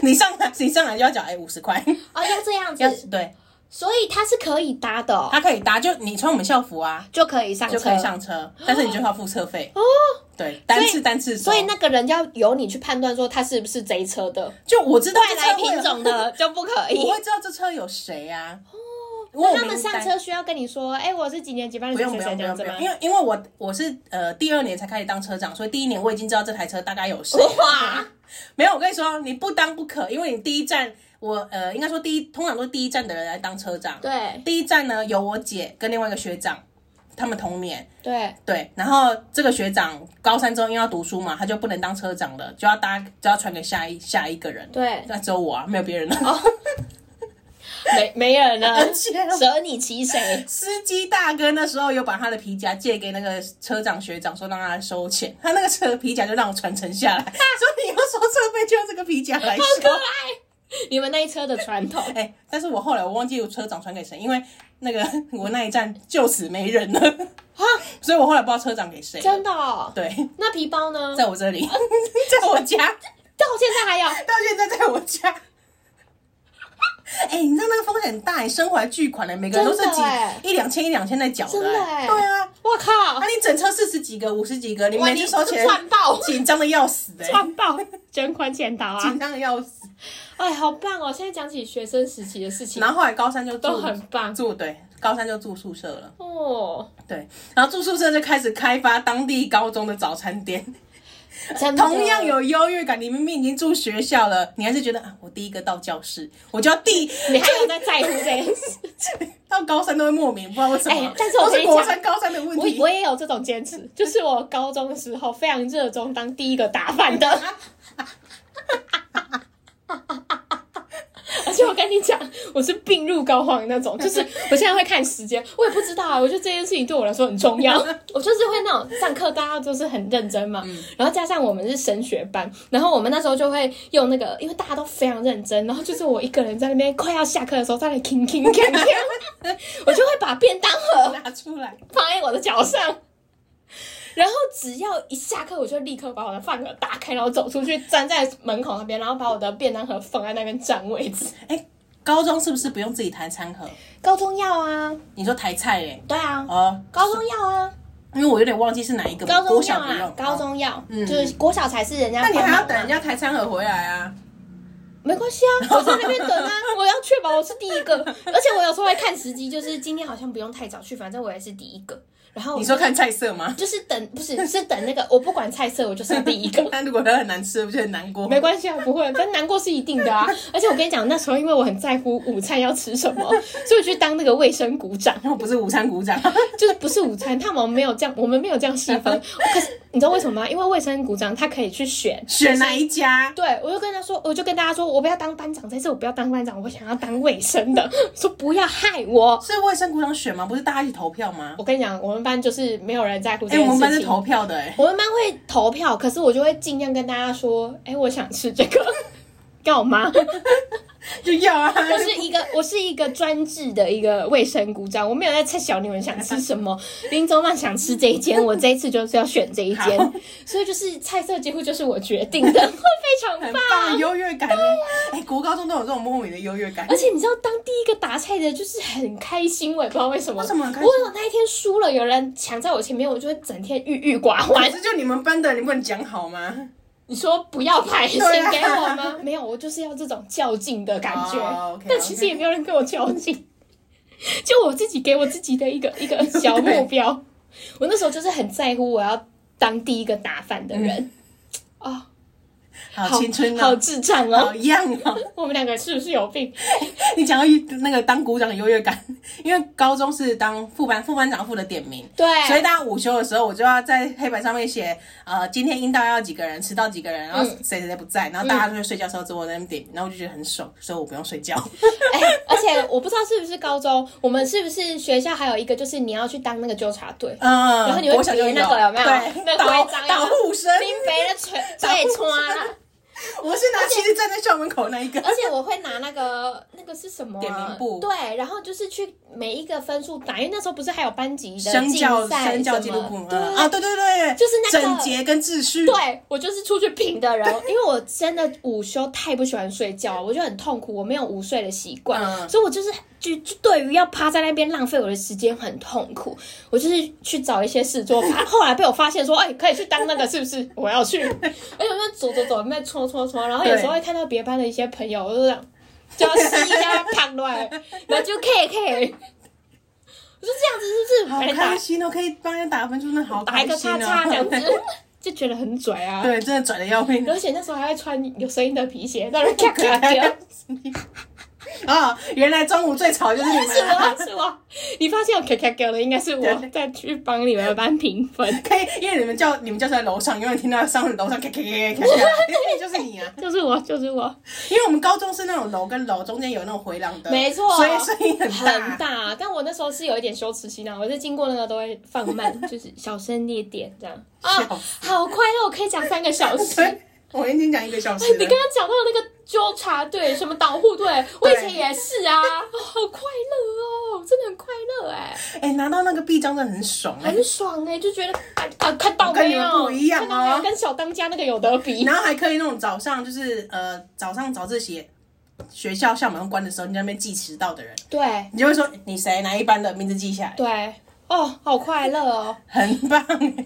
[SPEAKER 1] 你上来你上来就要缴哎五十块，
[SPEAKER 2] 哦，要这样
[SPEAKER 1] 要
[SPEAKER 2] 子，
[SPEAKER 1] 对，
[SPEAKER 2] 所以他是可以搭的、哦，
[SPEAKER 1] 他可以搭，就你穿我们校服啊，
[SPEAKER 2] 就可以上车，
[SPEAKER 1] 就可以上车，但是你就要付车费哦。对，
[SPEAKER 2] 以
[SPEAKER 1] 单次单次收，
[SPEAKER 2] 哦所以那个人要由你去判断说他是不是贼车的，
[SPEAKER 1] 就我知道
[SPEAKER 2] *laughs* 外
[SPEAKER 1] 这
[SPEAKER 2] 来
[SPEAKER 1] 车会
[SPEAKER 2] *laughs* 品种的就不可以
[SPEAKER 1] 我。会知道这车有谁啊。我有
[SPEAKER 2] 哦那他们
[SPEAKER 1] 名单
[SPEAKER 2] 上车需要跟你说，哎、我是几年几班的
[SPEAKER 1] 不
[SPEAKER 2] 谁
[SPEAKER 1] 用
[SPEAKER 2] 谁
[SPEAKER 1] 不
[SPEAKER 2] 谁
[SPEAKER 1] 用不
[SPEAKER 2] 这
[SPEAKER 1] 用
[SPEAKER 2] 样子
[SPEAKER 1] 不
[SPEAKER 2] 吗
[SPEAKER 1] 用，？因为因为我我是呃第二年才开始当车长，所以第一年我已经知道这台车大概有谁。
[SPEAKER 2] 哇，
[SPEAKER 1] 没有，我跟你说，你不当不可，因为你第一站我呃应该说第一通常都是第一站的人来当车长。
[SPEAKER 2] 对
[SPEAKER 1] 第一站呢有我姐跟另外一个学长，他们同年。
[SPEAKER 2] 对，
[SPEAKER 1] 对，然后这个学长高三之后因为要读书嘛，他就不能当车长了，就要搭就要传给下一下一个人。
[SPEAKER 2] 对
[SPEAKER 1] 那只有我啊，没有别人了。
[SPEAKER 2] 没没人 *laughs* 了
[SPEAKER 1] 而，且
[SPEAKER 2] 舍你其谁？
[SPEAKER 1] *laughs* 司机大哥那时候有把他的皮夹借给那个车长学长，说让他收钱，他那个车皮夹就让我传承下来，所以你要收车费就用这个皮夹来收。
[SPEAKER 2] 你们那一车的传 *laughs* 统，
[SPEAKER 1] *laughs* 哎、但是我后来我忘记我车长传给谁，因为那个我那一站就此没人了， *laughs* 所以我后来不知道车长给谁了。
[SPEAKER 2] 真的、哦？
[SPEAKER 1] 对，
[SPEAKER 2] 那皮包呢？
[SPEAKER 1] 在我这里， *laughs* 在我家。
[SPEAKER 2] 到现在还有，
[SPEAKER 1] 到现在在我家。 *laughs* 哎、你知道那个风险很大，你身怀巨款的，每个人都是
[SPEAKER 2] 真的
[SPEAKER 1] 几
[SPEAKER 2] 哎
[SPEAKER 1] 一两千一两千在缴
[SPEAKER 2] 真的哎
[SPEAKER 1] 哎对啊，
[SPEAKER 2] 我靠
[SPEAKER 1] 那、！你整车四十几个、五十几个，你
[SPEAKER 2] 哇
[SPEAKER 1] 每
[SPEAKER 2] 你
[SPEAKER 1] 次收钱
[SPEAKER 2] 赚爆，
[SPEAKER 1] 紧张的要死哎、
[SPEAKER 2] *laughs* 赚爆，捐款潜逃啊
[SPEAKER 1] 紧！张的要死。
[SPEAKER 2] 哎，好棒哦！现在讲起学生时期的事情
[SPEAKER 1] 然，后后来高三就住
[SPEAKER 2] 都很棒
[SPEAKER 1] 住对，高三就住宿舍了，
[SPEAKER 2] 哦，
[SPEAKER 1] 对，然后住宿舍就开始开发当地高中的早餐店，
[SPEAKER 2] 真的
[SPEAKER 1] 同样有优越感。你明明已经住学校了，你还是觉得啊，我第一个到教室，我就要第
[SPEAKER 2] 你还有在在乎这件事？
[SPEAKER 1] 到高三都会莫名不知道为什么，
[SPEAKER 2] 哎但是我
[SPEAKER 1] 都
[SPEAKER 2] 跟
[SPEAKER 1] 是
[SPEAKER 2] 你
[SPEAKER 1] 国
[SPEAKER 2] 讲
[SPEAKER 1] 三高三的问
[SPEAKER 2] 我
[SPEAKER 1] 题。
[SPEAKER 2] 我也有这种
[SPEAKER 1] *laughs*
[SPEAKER 2] 坚持，就是我高中的时候非常热衷当第一个打饭
[SPEAKER 1] *laughs*
[SPEAKER 2] 的。而且我跟你讲，我是病入膏肓的那种，就是我现在会看时间，我也不知道啊。我觉得这件事情对我来说很重
[SPEAKER 1] *laughs*
[SPEAKER 2] 要，我就是会那种上课大家都是很认真嘛，
[SPEAKER 1] 嗯
[SPEAKER 2] 然后加上我们是升学班，然后我们那时候就会用那个，因为大家都非常认真，然后就是我一个人在那边快要下课的时候在那里吭吭吭吭，
[SPEAKER 1] *laughs*
[SPEAKER 2] 我就会把便当盒
[SPEAKER 1] 拿出来，
[SPEAKER 2] 放在我的脚上。然后只要一下课，我就立刻把我的饭盒打开，然后走出去，站在门口那边，然后把我的便当盒放在那边占位置。
[SPEAKER 1] 哎高中是不是不用自己抬餐盒？
[SPEAKER 2] 高中要啊，
[SPEAKER 1] 你说抬菜嘞？
[SPEAKER 2] 对啊，
[SPEAKER 1] 哦，
[SPEAKER 2] 高中要啊，
[SPEAKER 1] 因为我有点忘记是哪一个，
[SPEAKER 2] 高
[SPEAKER 1] 国
[SPEAKER 2] 中要
[SPEAKER 1] 小不用
[SPEAKER 2] 啊，，高。中啊要，
[SPEAKER 1] 嗯
[SPEAKER 2] 就是国小才是人家
[SPEAKER 1] 那
[SPEAKER 2] 帮
[SPEAKER 1] 你
[SPEAKER 2] 忙嘛。
[SPEAKER 1] 还要等人家抬餐盒回来啊？
[SPEAKER 2] 没关系啊，我在那边等啊，我要确保我是第一个，而且我有时候会看时机，就是今天好像不用太早去，反正我也是第一个。然后我
[SPEAKER 1] 你说看菜色吗？
[SPEAKER 2] 就是等，不是是等那个，我不管菜色，我就是第一个。
[SPEAKER 1] 那如果它很难吃，不就很难过？
[SPEAKER 2] 哦没关系啊，不会，反正难过是一定
[SPEAKER 1] *laughs*
[SPEAKER 2] 的啊。而且我跟你讲，那时候因为我很在乎午餐要吃什么，所以我去当那个卫生股长，
[SPEAKER 1] 那我不是午餐
[SPEAKER 2] *laughs*
[SPEAKER 1] 鼓掌，
[SPEAKER 2] 就是不是午餐，他们没有这样，我们没有这样细
[SPEAKER 1] *laughs*
[SPEAKER 2] 分。哦可是你知道为什么吗？因为卫生股长他可以去选。
[SPEAKER 1] 选啊哪一家？
[SPEAKER 2] 对，我就跟他说，我就跟大家说，我不要当班长，这次我不要当班长，我想要当卫生的，说不要害我。
[SPEAKER 1] 是卫生鼓掌选吗？不是大家一起投票吗？
[SPEAKER 2] 我跟你讲，我们班就是没有人在乎这
[SPEAKER 1] 哎，
[SPEAKER 2] 件
[SPEAKER 1] 我
[SPEAKER 2] 事
[SPEAKER 1] 们
[SPEAKER 2] 情。
[SPEAKER 1] 班是投票的，哎，
[SPEAKER 2] 我们班会投票，可是我就会尽量跟大家说，哎、我想吃这个， *laughs* 干嘛？
[SPEAKER 1] 就要
[SPEAKER 2] *laughs*
[SPEAKER 1] 啊。
[SPEAKER 2] 我是一
[SPEAKER 1] *laughs*
[SPEAKER 2] 个，我是一个专制的一个卫生股长，我没有在猜小你们想吃
[SPEAKER 1] *laughs*
[SPEAKER 2] 什么。林总曼想吃这一间，我这一次就是要选这一间
[SPEAKER 1] 好，
[SPEAKER 2] 所以就是菜色几乎就是我决定的，会 *laughs* 非常
[SPEAKER 1] 很
[SPEAKER 2] 棒。
[SPEAKER 1] 棒，优越感。哎，国高中都有这种莫名的优越感
[SPEAKER 2] 啊而。且你知道，当第一个打菜的，就是很开心，我也不知道为什么。
[SPEAKER 1] 为什么很开
[SPEAKER 2] 我
[SPEAKER 1] 心
[SPEAKER 2] 有那一天输了，有人抢在我前面，我就会整天郁郁寡欢
[SPEAKER 1] 可。是就你们班的，你不能讲好吗？
[SPEAKER 2] 你说不要牌型
[SPEAKER 1] 对啊
[SPEAKER 2] 给我吗？ *laughs* 没有，我就是要这种较劲的感觉。
[SPEAKER 1] 哦，OK，
[SPEAKER 2] 但其实
[SPEAKER 1] OK
[SPEAKER 2] 也没有人跟我较劲， *laughs* 就我自己给我自己的一
[SPEAKER 1] *laughs*
[SPEAKER 2] 个一个小目标。我那时候就是很在乎我要当第一个打饭的人。哦，
[SPEAKER 1] 好青春
[SPEAKER 2] 好
[SPEAKER 1] 哦，
[SPEAKER 2] 智障
[SPEAKER 1] 好
[SPEAKER 2] 哦！
[SPEAKER 1] 样哦！ *laughs*
[SPEAKER 2] 我们两个是不是有病？
[SPEAKER 1] 你讲到那个当股长的优越感， *laughs* 因为高中是当副班副班长负责点名，
[SPEAKER 2] 对，
[SPEAKER 1] 所以大家午休的时候，我就要在黑板上面写，呃，今天应到要几个人，迟到几个人，然后
[SPEAKER 2] 嗯
[SPEAKER 1] 谁谁谁不在，然后大家就会睡觉的时候只有我在那边点，然后我就觉得很爽，所以我不用
[SPEAKER 2] *laughs*
[SPEAKER 1] 睡觉。
[SPEAKER 2] *laughs* 哎、而且我不知道是不是高中，我们是不是学校还有一个就是你要去当那个纠察
[SPEAKER 1] *laughs*
[SPEAKER 2] 队，
[SPEAKER 1] 嗯，
[SPEAKER 2] 然后你会
[SPEAKER 1] 我小就
[SPEAKER 2] 叠那个有没有那
[SPEAKER 1] 对，
[SPEAKER 2] 个
[SPEAKER 1] 导
[SPEAKER 2] 徽章
[SPEAKER 1] 导护生，
[SPEAKER 2] 林肥的
[SPEAKER 1] *laughs*
[SPEAKER 2] 腿腿穿了。
[SPEAKER 1] 我是拿旗子站在校门口那一个。
[SPEAKER 2] 而且我会拿那个那个是什么、啊？
[SPEAKER 1] 点名簿
[SPEAKER 2] 对，然后就是去每一个分数打，因为那时候不是还有班级的
[SPEAKER 1] 身教
[SPEAKER 2] 竞赛
[SPEAKER 1] 身教
[SPEAKER 2] 什
[SPEAKER 1] 纪录
[SPEAKER 2] 么
[SPEAKER 1] 部
[SPEAKER 2] 对、
[SPEAKER 1] 嗯啊，对对对，
[SPEAKER 2] 就是那个
[SPEAKER 1] 整洁跟秩序。
[SPEAKER 2] 对我就是出去拼的人，因为我真的午休太不喜欢睡觉了，我就很痛苦，我没有午睡的习惯，
[SPEAKER 1] 嗯
[SPEAKER 2] 所以我就是就就对于要趴在那边浪费我的时间很痛苦，我就是去找一些事做。 *laughs* 后后来被我发现说，哎、可以去当那个是不是？我 *laughs* 哎要去，而且我就走走走，那边搓搓搓，然后有时候会看到别班的一些朋友，我就这样。就要吸一下胖乱， *laughs* 然后就 K K。我说这样子是不是？
[SPEAKER 1] 好
[SPEAKER 2] 把你
[SPEAKER 1] 开
[SPEAKER 2] 打
[SPEAKER 1] 心哦，可以帮人打分数，那好
[SPEAKER 2] 打
[SPEAKER 1] 开
[SPEAKER 2] 一个
[SPEAKER 1] 心哦。
[SPEAKER 2] 叉叉这样子， *laughs* 就觉得很拽啊。
[SPEAKER 1] 对，真的拽的要命。
[SPEAKER 2] 而且那时候还会穿有声音的皮鞋，让人咔咔掉。
[SPEAKER 1] 哦，原来中午最吵就是你
[SPEAKER 2] 是
[SPEAKER 1] 们啊，
[SPEAKER 2] 我，是我。你发现我咔咔掉的应该是我
[SPEAKER 1] 对
[SPEAKER 2] 再去帮你们班评分，
[SPEAKER 1] 可以，因为你们叫你们叫在楼上，永远听到上楼上咔咔咔咔咔，因为就是你啊，
[SPEAKER 2] 就是我，就是我，
[SPEAKER 1] 因为我们高中是那种楼跟楼中间有那种回廊的，
[SPEAKER 2] 没错
[SPEAKER 1] 所以声音很
[SPEAKER 2] 很大。但我那时候是有一点羞耻心啊，我是经过那个都会放慢，就是小声一点这样啊，
[SPEAKER 1] 笑
[SPEAKER 2] 好快乐，我可以讲三个小时。
[SPEAKER 1] 对，我已经讲一个小时
[SPEAKER 2] 哎，你
[SPEAKER 1] 了
[SPEAKER 2] 刚。刚讲到那个纠察队，什么导护队，我以
[SPEAKER 1] 对
[SPEAKER 2] 前也是啊，哦好快乐哦，真的很快乐哎、
[SPEAKER 1] 哎、拿到那个臂章真的很爽哎、
[SPEAKER 2] 很爽哎、就觉得啊啊，看到
[SPEAKER 1] 跟
[SPEAKER 2] 没
[SPEAKER 1] 你们
[SPEAKER 2] 有？
[SPEAKER 1] 不一样
[SPEAKER 2] 看到没有？
[SPEAKER 1] 哦
[SPEAKER 2] 跟小当家那个有得比。
[SPEAKER 1] 然后还可以那种早上就是呃早上早自习，学校校门关的时候，你在那边记迟到的人，
[SPEAKER 2] 对
[SPEAKER 1] 你就会说你谁哪一班的名字记下来，
[SPEAKER 2] 对，哦，好快乐哦，
[SPEAKER 1] 很棒哎、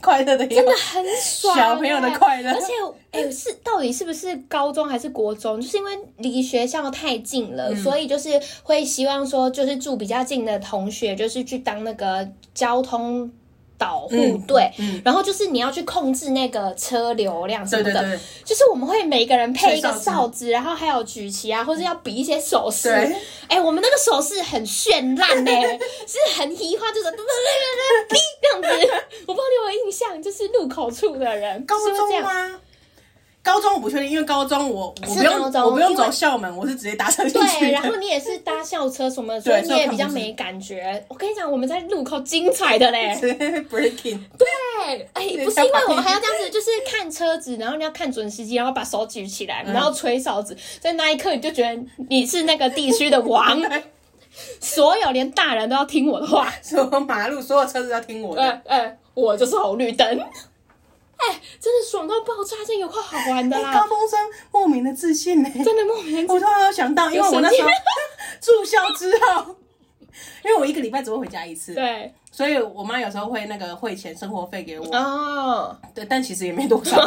[SPEAKER 1] 快乐的真
[SPEAKER 2] 真的很爽哎、
[SPEAKER 1] 小朋友的快乐
[SPEAKER 2] 而且，哎、是到底是不是高中还是国中？就是因为离学校太近
[SPEAKER 1] 嗯
[SPEAKER 2] 了，所以就是会希望说，就是住比较近的同学，就是去当那个交通。导护
[SPEAKER 1] 嗯
[SPEAKER 2] 队，然后就是你要去控制那个车流量什么
[SPEAKER 1] 对
[SPEAKER 2] 的，
[SPEAKER 1] 对对，
[SPEAKER 2] 就是我们会每一个人配一个
[SPEAKER 1] 吹哨子
[SPEAKER 2] 哨子，然后还有举旗啊，或者要比一些手势。
[SPEAKER 1] 对
[SPEAKER 2] 哎、我们那个手势很绚烂呢、是很移花，就是哔这样子。我不知道你有没有印象，就是路口处的人
[SPEAKER 1] 高
[SPEAKER 2] 是会这
[SPEAKER 1] 中
[SPEAKER 2] 样。
[SPEAKER 1] 吗？高中我不确定，因为高中我我不
[SPEAKER 2] 高
[SPEAKER 1] 用
[SPEAKER 2] 中
[SPEAKER 1] 我不用
[SPEAKER 2] 因
[SPEAKER 1] 走
[SPEAKER 2] 为
[SPEAKER 1] 校门，我是直接搭车进去
[SPEAKER 2] 对，
[SPEAKER 1] 的。
[SPEAKER 2] 然
[SPEAKER 1] *laughs*
[SPEAKER 2] 后你也是搭校车什么的，所
[SPEAKER 1] 对
[SPEAKER 2] 以你也
[SPEAKER 1] 所以我看不
[SPEAKER 2] 比较
[SPEAKER 1] 出
[SPEAKER 2] 没感觉。我跟你讲，我们在路口精彩的嘞，
[SPEAKER 1] 直接 breaking，
[SPEAKER 2] 对，哎、
[SPEAKER 1] 对
[SPEAKER 2] 不是因
[SPEAKER 1] 像
[SPEAKER 2] 为
[SPEAKER 1] 把
[SPEAKER 2] 我们还要这样子，就是看车子，然后你要看准时机，然后把手举起来，然后吹哨子，在那一刻你就觉得你是那个地区的王，所有连大人都要听我的话，
[SPEAKER 1] 所有马路所有车子都要听我
[SPEAKER 2] 哎、
[SPEAKER 1] 的。
[SPEAKER 2] 哎、我就是红绿灯，哎、哎真的爽到爆炸，这有块好玩的
[SPEAKER 1] 哎高
[SPEAKER 2] 啦，
[SPEAKER 1] 中生莫名的自信呢、欸
[SPEAKER 2] 真的莫名其
[SPEAKER 1] 我突然有想到，因为我那时候
[SPEAKER 2] 有
[SPEAKER 1] *laughs* 住校之后，因为我一个礼拜只会回家一次，
[SPEAKER 2] 对
[SPEAKER 1] 所以我妈有时候会那个汇钱生活费给我，
[SPEAKER 2] 哦，
[SPEAKER 1] 对，但其实也没多少，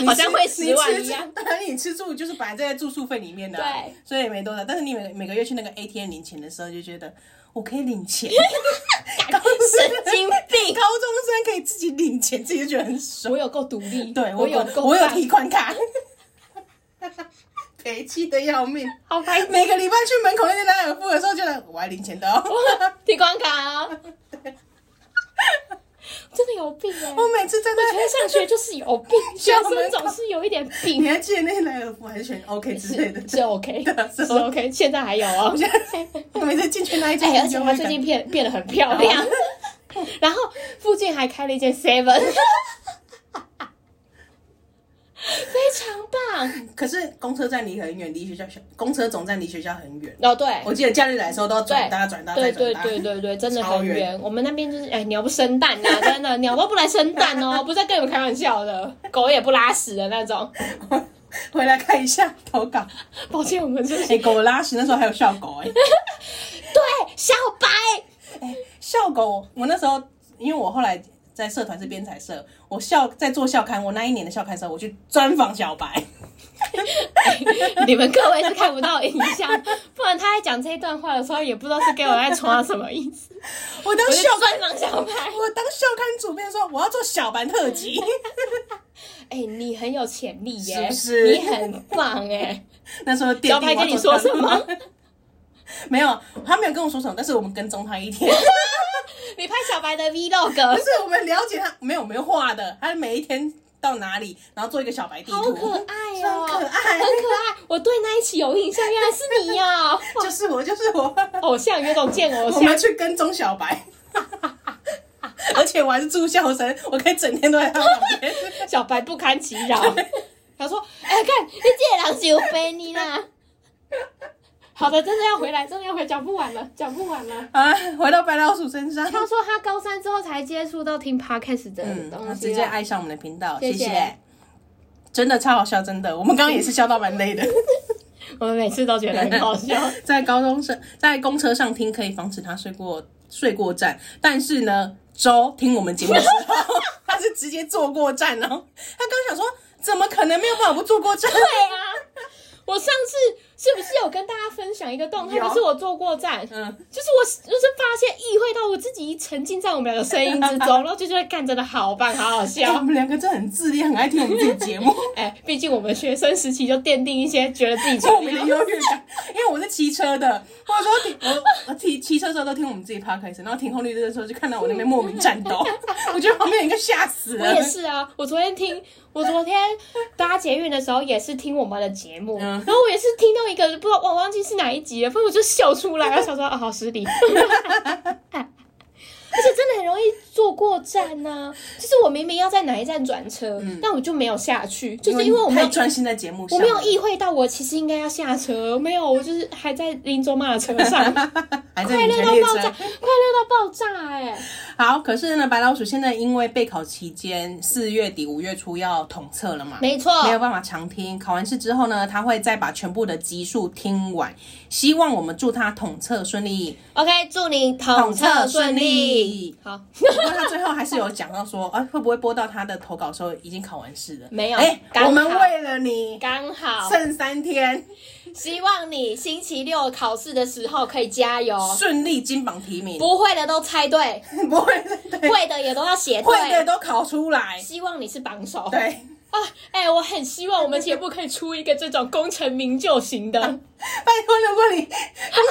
[SPEAKER 1] 因为你吃
[SPEAKER 2] *laughs* 好像汇10万
[SPEAKER 1] 你吃
[SPEAKER 2] 一样
[SPEAKER 1] 当然你吃住就是本来在住宿费里面的啊、
[SPEAKER 2] 对
[SPEAKER 1] 所以也没多少。但是你每每个月去那个 ATM 领钱的时候，就觉得我可以领
[SPEAKER 2] *laughs*
[SPEAKER 1] 钱，
[SPEAKER 2] 干神
[SPEAKER 1] *laughs*
[SPEAKER 2] 经病
[SPEAKER 1] 高，中生可以自己领钱，自己就觉得很爽。
[SPEAKER 2] 我有够独立，
[SPEAKER 1] 对
[SPEAKER 2] 我
[SPEAKER 1] 我
[SPEAKER 2] 有
[SPEAKER 1] 我
[SPEAKER 2] 够
[SPEAKER 1] 我有
[SPEAKER 2] 棒，
[SPEAKER 1] 提款卡， *laughs* 赔气的要命。
[SPEAKER 2] 好白
[SPEAKER 1] *laughs*
[SPEAKER 2] 痴
[SPEAKER 1] 每个礼拜去门口那些莱尔夫的时候，觉得我要零钱的哦。
[SPEAKER 2] 提款卡、哦，真的有病哎、
[SPEAKER 1] 我每次站在
[SPEAKER 2] 觉得上学就是有病，学
[SPEAKER 1] 校门口
[SPEAKER 2] 生总是有一点
[SPEAKER 1] 你
[SPEAKER 2] 病，
[SPEAKER 1] 还记得那些莱尔夫还是选 OK *laughs* 之类的？
[SPEAKER 2] 是 OK，
[SPEAKER 1] 对啊是
[SPEAKER 2] 是 OK，现在还有哦
[SPEAKER 1] 我。觉得我 *laughs* 每次进去那一家，
[SPEAKER 2] 哎，而且她最近变变得很漂亮，
[SPEAKER 1] 哦
[SPEAKER 2] 然后附近还开了一
[SPEAKER 1] *laughs*
[SPEAKER 2] 间 Seven，非常棒。
[SPEAKER 1] 可是公车站离很远，离学校公车总站离学校很远。
[SPEAKER 2] 哦，对，
[SPEAKER 1] 我记得假日来的时候都要
[SPEAKER 2] 对
[SPEAKER 1] 转搭转搭
[SPEAKER 2] 对
[SPEAKER 1] 再
[SPEAKER 2] 对
[SPEAKER 1] 转搭。
[SPEAKER 2] 对对对，真的
[SPEAKER 1] 超
[SPEAKER 2] 很
[SPEAKER 1] 远
[SPEAKER 2] 远。我们那边就是哎，鸟不生蛋啊，真的鸟都不来生蛋哦，不是在跟你们开玩笑的，狗也不拉屎的那种。
[SPEAKER 1] *laughs* 回来看一下投
[SPEAKER 2] *laughs*
[SPEAKER 1] 稿。
[SPEAKER 2] 抱歉，我们就是
[SPEAKER 1] 哎，狗拉屎那时候还有校狗哎，
[SPEAKER 2] 对小白，
[SPEAKER 1] 校狗我那时候因为我后来。在社团是编采社，我校在做校刊，我那一年的校刊的时候，我去专访小白，
[SPEAKER 2] *laughs* 你们各位是看不到影
[SPEAKER 1] *laughs*
[SPEAKER 2] 像，不然他在讲这一段话的时候，也不知道是给我在传达什么
[SPEAKER 1] *laughs*
[SPEAKER 2] 意思。
[SPEAKER 1] 我当
[SPEAKER 2] 我就
[SPEAKER 1] 校
[SPEAKER 2] 专访小白，
[SPEAKER 1] 我当校刊主编说我要做小白特
[SPEAKER 2] *laughs*
[SPEAKER 1] 辑，
[SPEAKER 2] 哎、你很有潜力耶，
[SPEAKER 1] 是不是
[SPEAKER 2] 你很棒哎。
[SPEAKER 1] 那时候电
[SPEAKER 2] 小白跟你说什么？
[SPEAKER 1] *laughs* 没有，他没有跟我说什么，但是我们跟踪他一天，
[SPEAKER 2] *laughs* 你拍小白的
[SPEAKER 1] *laughs* 不
[SPEAKER 2] vlog，
[SPEAKER 1] 是我们了解他，没有没有画的，他每一天到哪里，然后做一个小白地
[SPEAKER 2] 好
[SPEAKER 1] 图，
[SPEAKER 2] 可爱
[SPEAKER 1] 超
[SPEAKER 2] 哦、
[SPEAKER 1] 可
[SPEAKER 2] 很
[SPEAKER 1] 爱，
[SPEAKER 2] 可爱。我对那一期有印象，原来是你 *laughs* 呀、
[SPEAKER 1] 就是我就是我，
[SPEAKER 2] 偶像有种见偶
[SPEAKER 1] 我
[SPEAKER 2] 像
[SPEAKER 1] 们，去跟踪小白， *laughs* 而且我还是住校生，我可以整天都在他旁边， *laughs*
[SPEAKER 2] 小白不堪其扰。 *laughs* 他说：“哎、看你这人是有肥你啦。” *laughs* 好的，真的要回来，真的要回，讲不完了，讲不完了。
[SPEAKER 1] 啊，回到白老鼠身上，
[SPEAKER 2] 他说他高三之后才接触到听 podcast 的
[SPEAKER 1] 嗯，
[SPEAKER 2] 东
[SPEAKER 1] 他
[SPEAKER 2] 西
[SPEAKER 1] 直
[SPEAKER 2] 啊、
[SPEAKER 1] 接爱上我们的频道，
[SPEAKER 2] 谢
[SPEAKER 1] 谢
[SPEAKER 2] 谢
[SPEAKER 1] 谢。真的超好笑，真的，我们刚刚也是笑到蛮累的。
[SPEAKER 2] 我们每次都觉得很好笑。
[SPEAKER 1] *laughs* 在高中生在公车上听可以防止他睡过睡过站，但是呢，周听我们节目的时候， *laughs* 他是直接坐过站哦。他刚想说，怎么可能没有办法不坐过站？
[SPEAKER 2] *laughs* 对啊，我上次是不是有跟大家分享一个动态？
[SPEAKER 1] 有
[SPEAKER 2] 就是我坐过站，
[SPEAKER 1] 嗯，
[SPEAKER 2] 就是我就是发现意会到我自己沉浸在我们俩的声音之中，然后就觉得干真的好棒，好好
[SPEAKER 1] 哎我
[SPEAKER 2] 笑。
[SPEAKER 1] 们两个真的很自恋，很爱听我们自己节目，
[SPEAKER 2] 哎、毕竟我们学生时期就奠定一些觉 *laughs* 得自
[SPEAKER 1] *laughs*
[SPEAKER 2] 己
[SPEAKER 1] 莫
[SPEAKER 2] 聪
[SPEAKER 1] 名
[SPEAKER 2] 明
[SPEAKER 1] 的。优越感。因为我是骑车的，或者说停我我骑骑车的时候都听我们自己 podcast，然后停红绿灯的时候就看到我那边莫名颤
[SPEAKER 2] *laughs*
[SPEAKER 1] 抖，我觉得旁边有一个吓死
[SPEAKER 2] 我
[SPEAKER 1] 了。
[SPEAKER 2] 也是啊，我昨天听，我昨天搭捷运的时候也是听我们的节目，
[SPEAKER 1] 嗯
[SPEAKER 2] 然后我也是听到一个不知道我忘记是哪一集了，反正我就笑出来，然后想说啊，好失礼。 *laughs* 而且真的很容易坐过站呐、就是我明明要在哪一站转车，但我就没有下去，就是因为我没
[SPEAKER 1] 嗯太
[SPEAKER 2] 有
[SPEAKER 1] 专心在节目上，
[SPEAKER 2] 我没有意会到我其实应该要下车，没有，我就是还在林州骂的车
[SPEAKER 1] *laughs*
[SPEAKER 2] 上，
[SPEAKER 1] 还在
[SPEAKER 2] 快乐
[SPEAKER 1] 你
[SPEAKER 2] 到
[SPEAKER 1] 列
[SPEAKER 2] 爆炸，快乐
[SPEAKER 1] 车。
[SPEAKER 2] 到爆炸哎、
[SPEAKER 1] 好，可是呢，白老鼠现在因为备考期间，四月底五月初要统测了嘛，
[SPEAKER 3] 没错，
[SPEAKER 1] 没有办法常听。考完试之后呢，他会再把全部的集数听完。希望我们祝他统测顺利，
[SPEAKER 3] OK，祝你统测顺利。。
[SPEAKER 2] 好，
[SPEAKER 1] 不过他最后还是有讲到说，哎、 *laughs* 会不会播到他的投稿的时候已经考完试了？
[SPEAKER 2] 没有
[SPEAKER 1] 哎、
[SPEAKER 2] 刚好
[SPEAKER 1] 我们为了你，
[SPEAKER 3] 刚好，
[SPEAKER 1] 剩三天，
[SPEAKER 3] 希望你星期六考试的时候可以加油，
[SPEAKER 1] 顺利金榜题名，
[SPEAKER 3] 不会的都猜
[SPEAKER 1] *laughs*
[SPEAKER 3] 对，
[SPEAKER 1] 不会对，
[SPEAKER 3] 会的也都要写
[SPEAKER 1] 会的
[SPEAKER 3] 对。
[SPEAKER 1] 都考出来，
[SPEAKER 3] 希望你是榜首。
[SPEAKER 1] 对。
[SPEAKER 2] 啊，哎、我很希望我们节目可以出一个这种功成名就
[SPEAKER 1] *laughs*
[SPEAKER 2] 型的，
[SPEAKER 1] 拜托，如果你功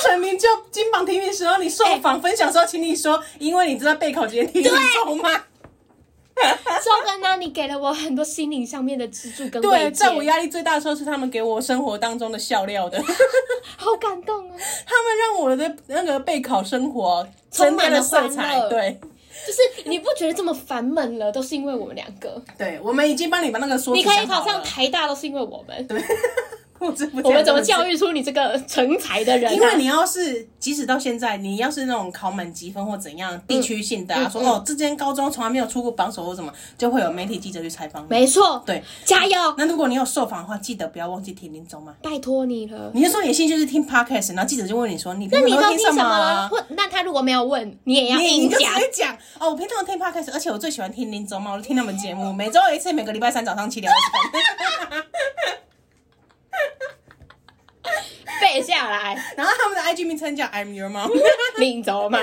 [SPEAKER 1] 成名就、金榜题名的时候，你受访分享的时候，请你说，因为你知道备考前题重吗？
[SPEAKER 2] 周恩啊呢，你给了我很多心灵上面的支柱跟慰
[SPEAKER 1] 对，
[SPEAKER 2] 藉
[SPEAKER 1] 在，我压力最大的时候，是他们给我生活当中的笑料的， *laughs*
[SPEAKER 2] 好感动啊！
[SPEAKER 1] 他们让我的那个备考生活增加色
[SPEAKER 2] 充满了
[SPEAKER 1] 彩
[SPEAKER 2] 欢。乐
[SPEAKER 1] 对，
[SPEAKER 2] 就是你不觉得这么烦闷了，都是因为我们两个。
[SPEAKER 1] 对，我们已经帮你把那个说
[SPEAKER 2] 你
[SPEAKER 1] 辞
[SPEAKER 2] 可以
[SPEAKER 1] 想好
[SPEAKER 2] 考上
[SPEAKER 1] 了，
[SPEAKER 2] 台大，都是因为我
[SPEAKER 1] *laughs*
[SPEAKER 2] 们。
[SPEAKER 1] 我真不
[SPEAKER 2] 我们怎么教
[SPEAKER 1] 育？
[SPEAKER 2] 育出你这个成才的人、啊？
[SPEAKER 1] 因为你要是即使到现在，你要是那种考满积分或怎样地区性的啊，说哦这间高中从来没有出过榜首或什么，就会有媒体记者去采访你。
[SPEAKER 2] 没错，
[SPEAKER 1] 对，
[SPEAKER 2] 加油，
[SPEAKER 1] 那如果你有受访的话，记得不要忘记听林总嘛。
[SPEAKER 2] 拜托你了。
[SPEAKER 1] 你是说你的兴趣是听 podcast，然后记者就问你说你平常
[SPEAKER 2] 那你都
[SPEAKER 1] 听
[SPEAKER 2] 听什么了？
[SPEAKER 1] 啊？
[SPEAKER 2] 或那他如果没有问，你也要
[SPEAKER 1] 你你
[SPEAKER 2] 硬
[SPEAKER 1] 就直
[SPEAKER 2] 讲。
[SPEAKER 1] 接讲哦，我平常听 podcast，而且我最喜欢听林周嘛，我就听他们节
[SPEAKER 2] *laughs*
[SPEAKER 1] 目，每周一次，每个礼拜三早上七点二十分。
[SPEAKER 2] 背下来，
[SPEAKER 1] *laughs* 然后他们的 IG 名称叫 I'm Your Mom， *laughs*
[SPEAKER 2] 领走嘛。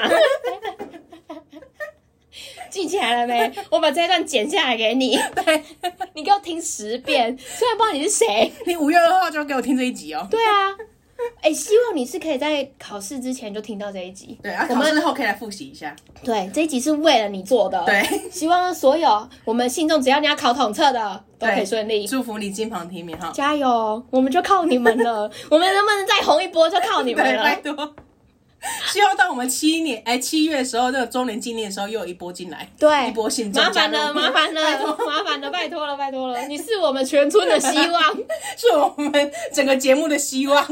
[SPEAKER 2] 记起来了没？我把这一段剪下来给你，对，你给我听十遍。虽然不知道你是谁，
[SPEAKER 1] 你五月二号就要给我听这一集哦。
[SPEAKER 2] 对啊，哎、希望你是可以在考试之前就听到这一集。
[SPEAKER 1] 对啊，
[SPEAKER 2] 我
[SPEAKER 1] 考
[SPEAKER 2] 们
[SPEAKER 1] 试后可以来复习一下。
[SPEAKER 2] 对这一集是为了你做的。
[SPEAKER 1] 对，
[SPEAKER 2] 希望所有我们信众，只要你要考统测的，都可以
[SPEAKER 1] 对
[SPEAKER 2] 顺利。
[SPEAKER 1] 祝福你金榜题名哈。
[SPEAKER 2] 加油，我们就靠你们
[SPEAKER 1] *laughs*
[SPEAKER 2] 了。我们能不能再红一波，就靠你
[SPEAKER 1] 对，
[SPEAKER 2] 们
[SPEAKER 1] 拜
[SPEAKER 2] 了。
[SPEAKER 1] 托。 *laughs* 希望到我们七年哎七月的时候，这个周年纪念的时候又有一波进来，
[SPEAKER 2] 对
[SPEAKER 1] 一波信众
[SPEAKER 2] 哎麻
[SPEAKER 1] 加
[SPEAKER 2] 烦
[SPEAKER 1] 入
[SPEAKER 2] 了，麻烦了，麻烦了，拜托了，拜托了！你是我们全村的希望，
[SPEAKER 1] 是我们整个节目的希望。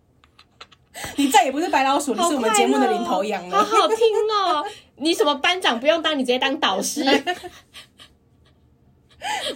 [SPEAKER 1] *laughs* 你再 *laughs* 也不是白老鼠，你是我们节目的领头羊
[SPEAKER 2] 哦
[SPEAKER 1] 啊
[SPEAKER 2] 好
[SPEAKER 1] 了。
[SPEAKER 2] 好听哦！你什么班长不用当，你直接当
[SPEAKER 1] *laughs*
[SPEAKER 2] 导师。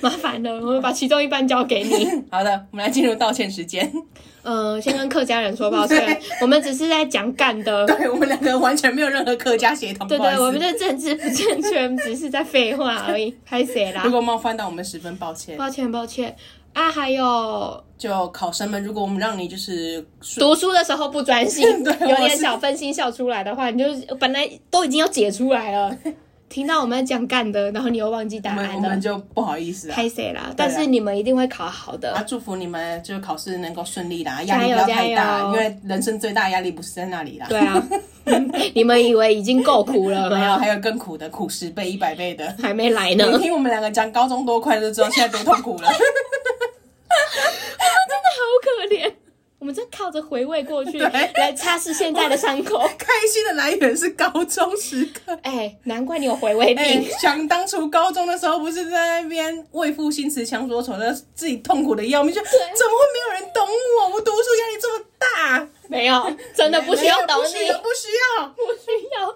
[SPEAKER 2] 麻烦了，我们把其中一班交给你。
[SPEAKER 1] *laughs* 好的，我们来进入道歉时间。 *laughs*
[SPEAKER 2] 呃，先跟客家人说抱歉
[SPEAKER 1] 对，
[SPEAKER 2] 我们只是在讲干的。
[SPEAKER 1] 对我们两个完全没有任何客家协同，
[SPEAKER 2] 对
[SPEAKER 1] 不好意
[SPEAKER 2] 对，
[SPEAKER 1] 思
[SPEAKER 2] 我们的政治不正确，我们只是在废话而已，拍谁啦
[SPEAKER 1] 如？果冒犯到我们，十分抱歉。
[SPEAKER 2] 抱歉，抱歉啊！还有
[SPEAKER 1] 就考生们，如果我们让你就是顺
[SPEAKER 2] 读书的时候不专心
[SPEAKER 1] *laughs* ，对
[SPEAKER 2] 有
[SPEAKER 1] 我
[SPEAKER 2] 点
[SPEAKER 1] 是
[SPEAKER 2] 小分心笑出来的话，你就呃本来都已经要解出
[SPEAKER 1] *laughs*
[SPEAKER 2] 来了，听到我们在讲干的，然后你又忘记
[SPEAKER 1] 我
[SPEAKER 2] 答
[SPEAKER 1] 们，我
[SPEAKER 2] 案
[SPEAKER 1] 们
[SPEAKER 2] 了，
[SPEAKER 1] 就不好意思啊。
[SPEAKER 2] 拍谁啦？但是你们一定会考好
[SPEAKER 1] 啊，
[SPEAKER 2] 的，
[SPEAKER 1] 祝福你们就是考试能够顺利啦，压力不要
[SPEAKER 2] 加
[SPEAKER 1] 太
[SPEAKER 2] 油加
[SPEAKER 1] 大，
[SPEAKER 2] 油
[SPEAKER 1] 因为人生最大压力不是在那里啦。
[SPEAKER 2] 对，啊，
[SPEAKER 1] *laughs*
[SPEAKER 2] *laughs* 嗯你们以为已经够苦了
[SPEAKER 1] 没有，
[SPEAKER 2] 吗？
[SPEAKER 1] 还有更苦的，苦十倍、一百倍
[SPEAKER 2] *laughs*
[SPEAKER 1] 的。
[SPEAKER 2] 还没来呢，
[SPEAKER 1] 啊你听我们两个讲高中多快乐，就知道现在多痛苦了。
[SPEAKER 2] 真的好可怜。我们正靠着回味过去来擦拭现在的伤
[SPEAKER 1] *laughs*
[SPEAKER 2] 口。
[SPEAKER 1] 开心的来源是高中时
[SPEAKER 2] *laughs*
[SPEAKER 1] 刻。
[SPEAKER 2] 哎、难怪你有回味病。
[SPEAKER 1] 哎、想当初高中的时候，不是在那边为赋新词强说愁，那自己痛苦的要命，就怎么会没有人懂我？我读书压力这么大，
[SPEAKER 2] 没有，真的不需要懂
[SPEAKER 1] 不需
[SPEAKER 2] 你
[SPEAKER 1] 要，。不需要。
[SPEAKER 2] 不需要。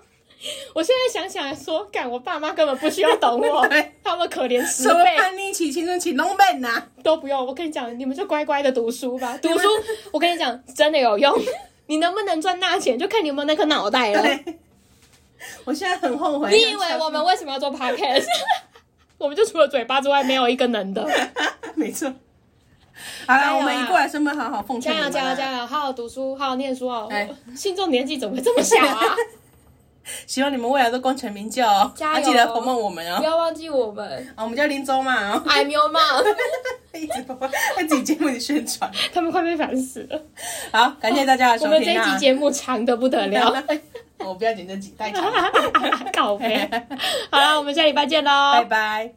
[SPEAKER 2] 我现在想想来说，干我爸妈根本不需要懂
[SPEAKER 1] *laughs*
[SPEAKER 2] 我
[SPEAKER 1] 对，
[SPEAKER 2] 他们可怜十
[SPEAKER 1] 什么
[SPEAKER 2] 倍
[SPEAKER 1] 叛逆期、青春期弄笨呐？
[SPEAKER 2] 都不用。我跟你讲，你们就乖乖的读书吧，读
[SPEAKER 1] *laughs*
[SPEAKER 2] 书我跟你讲真的有用。你能不能赚大钱，就看你有没有那颗脑袋了。
[SPEAKER 1] 对，哎 *laughs* 我现在很后悔。
[SPEAKER 2] 哎你以为
[SPEAKER 1] *laughs*
[SPEAKER 2] 我们为什么要做 *laughs*
[SPEAKER 1] *laughs*
[SPEAKER 2] podcast？我们就除了嘴巴之外，没有一个能的。
[SPEAKER 1] 没错。好
[SPEAKER 2] 加
[SPEAKER 1] 啦，
[SPEAKER 2] 油啊
[SPEAKER 1] 我们以过来身份好好奉劝你
[SPEAKER 2] 加油
[SPEAKER 1] 们
[SPEAKER 2] 加油
[SPEAKER 1] 啦
[SPEAKER 2] 加油！好好读书，好好念书哦。
[SPEAKER 1] 哎
[SPEAKER 2] 我心中年纪怎么会
[SPEAKER 1] *laughs*
[SPEAKER 2] 这么小啊？
[SPEAKER 1] 希望你们未来都功成名就哦，
[SPEAKER 2] 加油
[SPEAKER 1] 还记得捧捧我们哦。
[SPEAKER 2] 不要忘记我们
[SPEAKER 1] 啊，我们叫林州嘛，哦，
[SPEAKER 2] ，I'm your mom。 *laughs*
[SPEAKER 1] 一直播在自己节目里宣传。
[SPEAKER 2] 他们快被烦死了。
[SPEAKER 1] 好，感谢大家的
[SPEAKER 2] 我
[SPEAKER 1] 收
[SPEAKER 2] 们这
[SPEAKER 1] 听
[SPEAKER 2] 一
[SPEAKER 1] 啊！
[SPEAKER 2] 集节目长的不得
[SPEAKER 1] *laughs*
[SPEAKER 2] 了， *laughs*
[SPEAKER 1] 我不要剪这集，太长了，
[SPEAKER 2] 告别。好了，我们下礼拜见喽，
[SPEAKER 1] *laughs* 拜拜。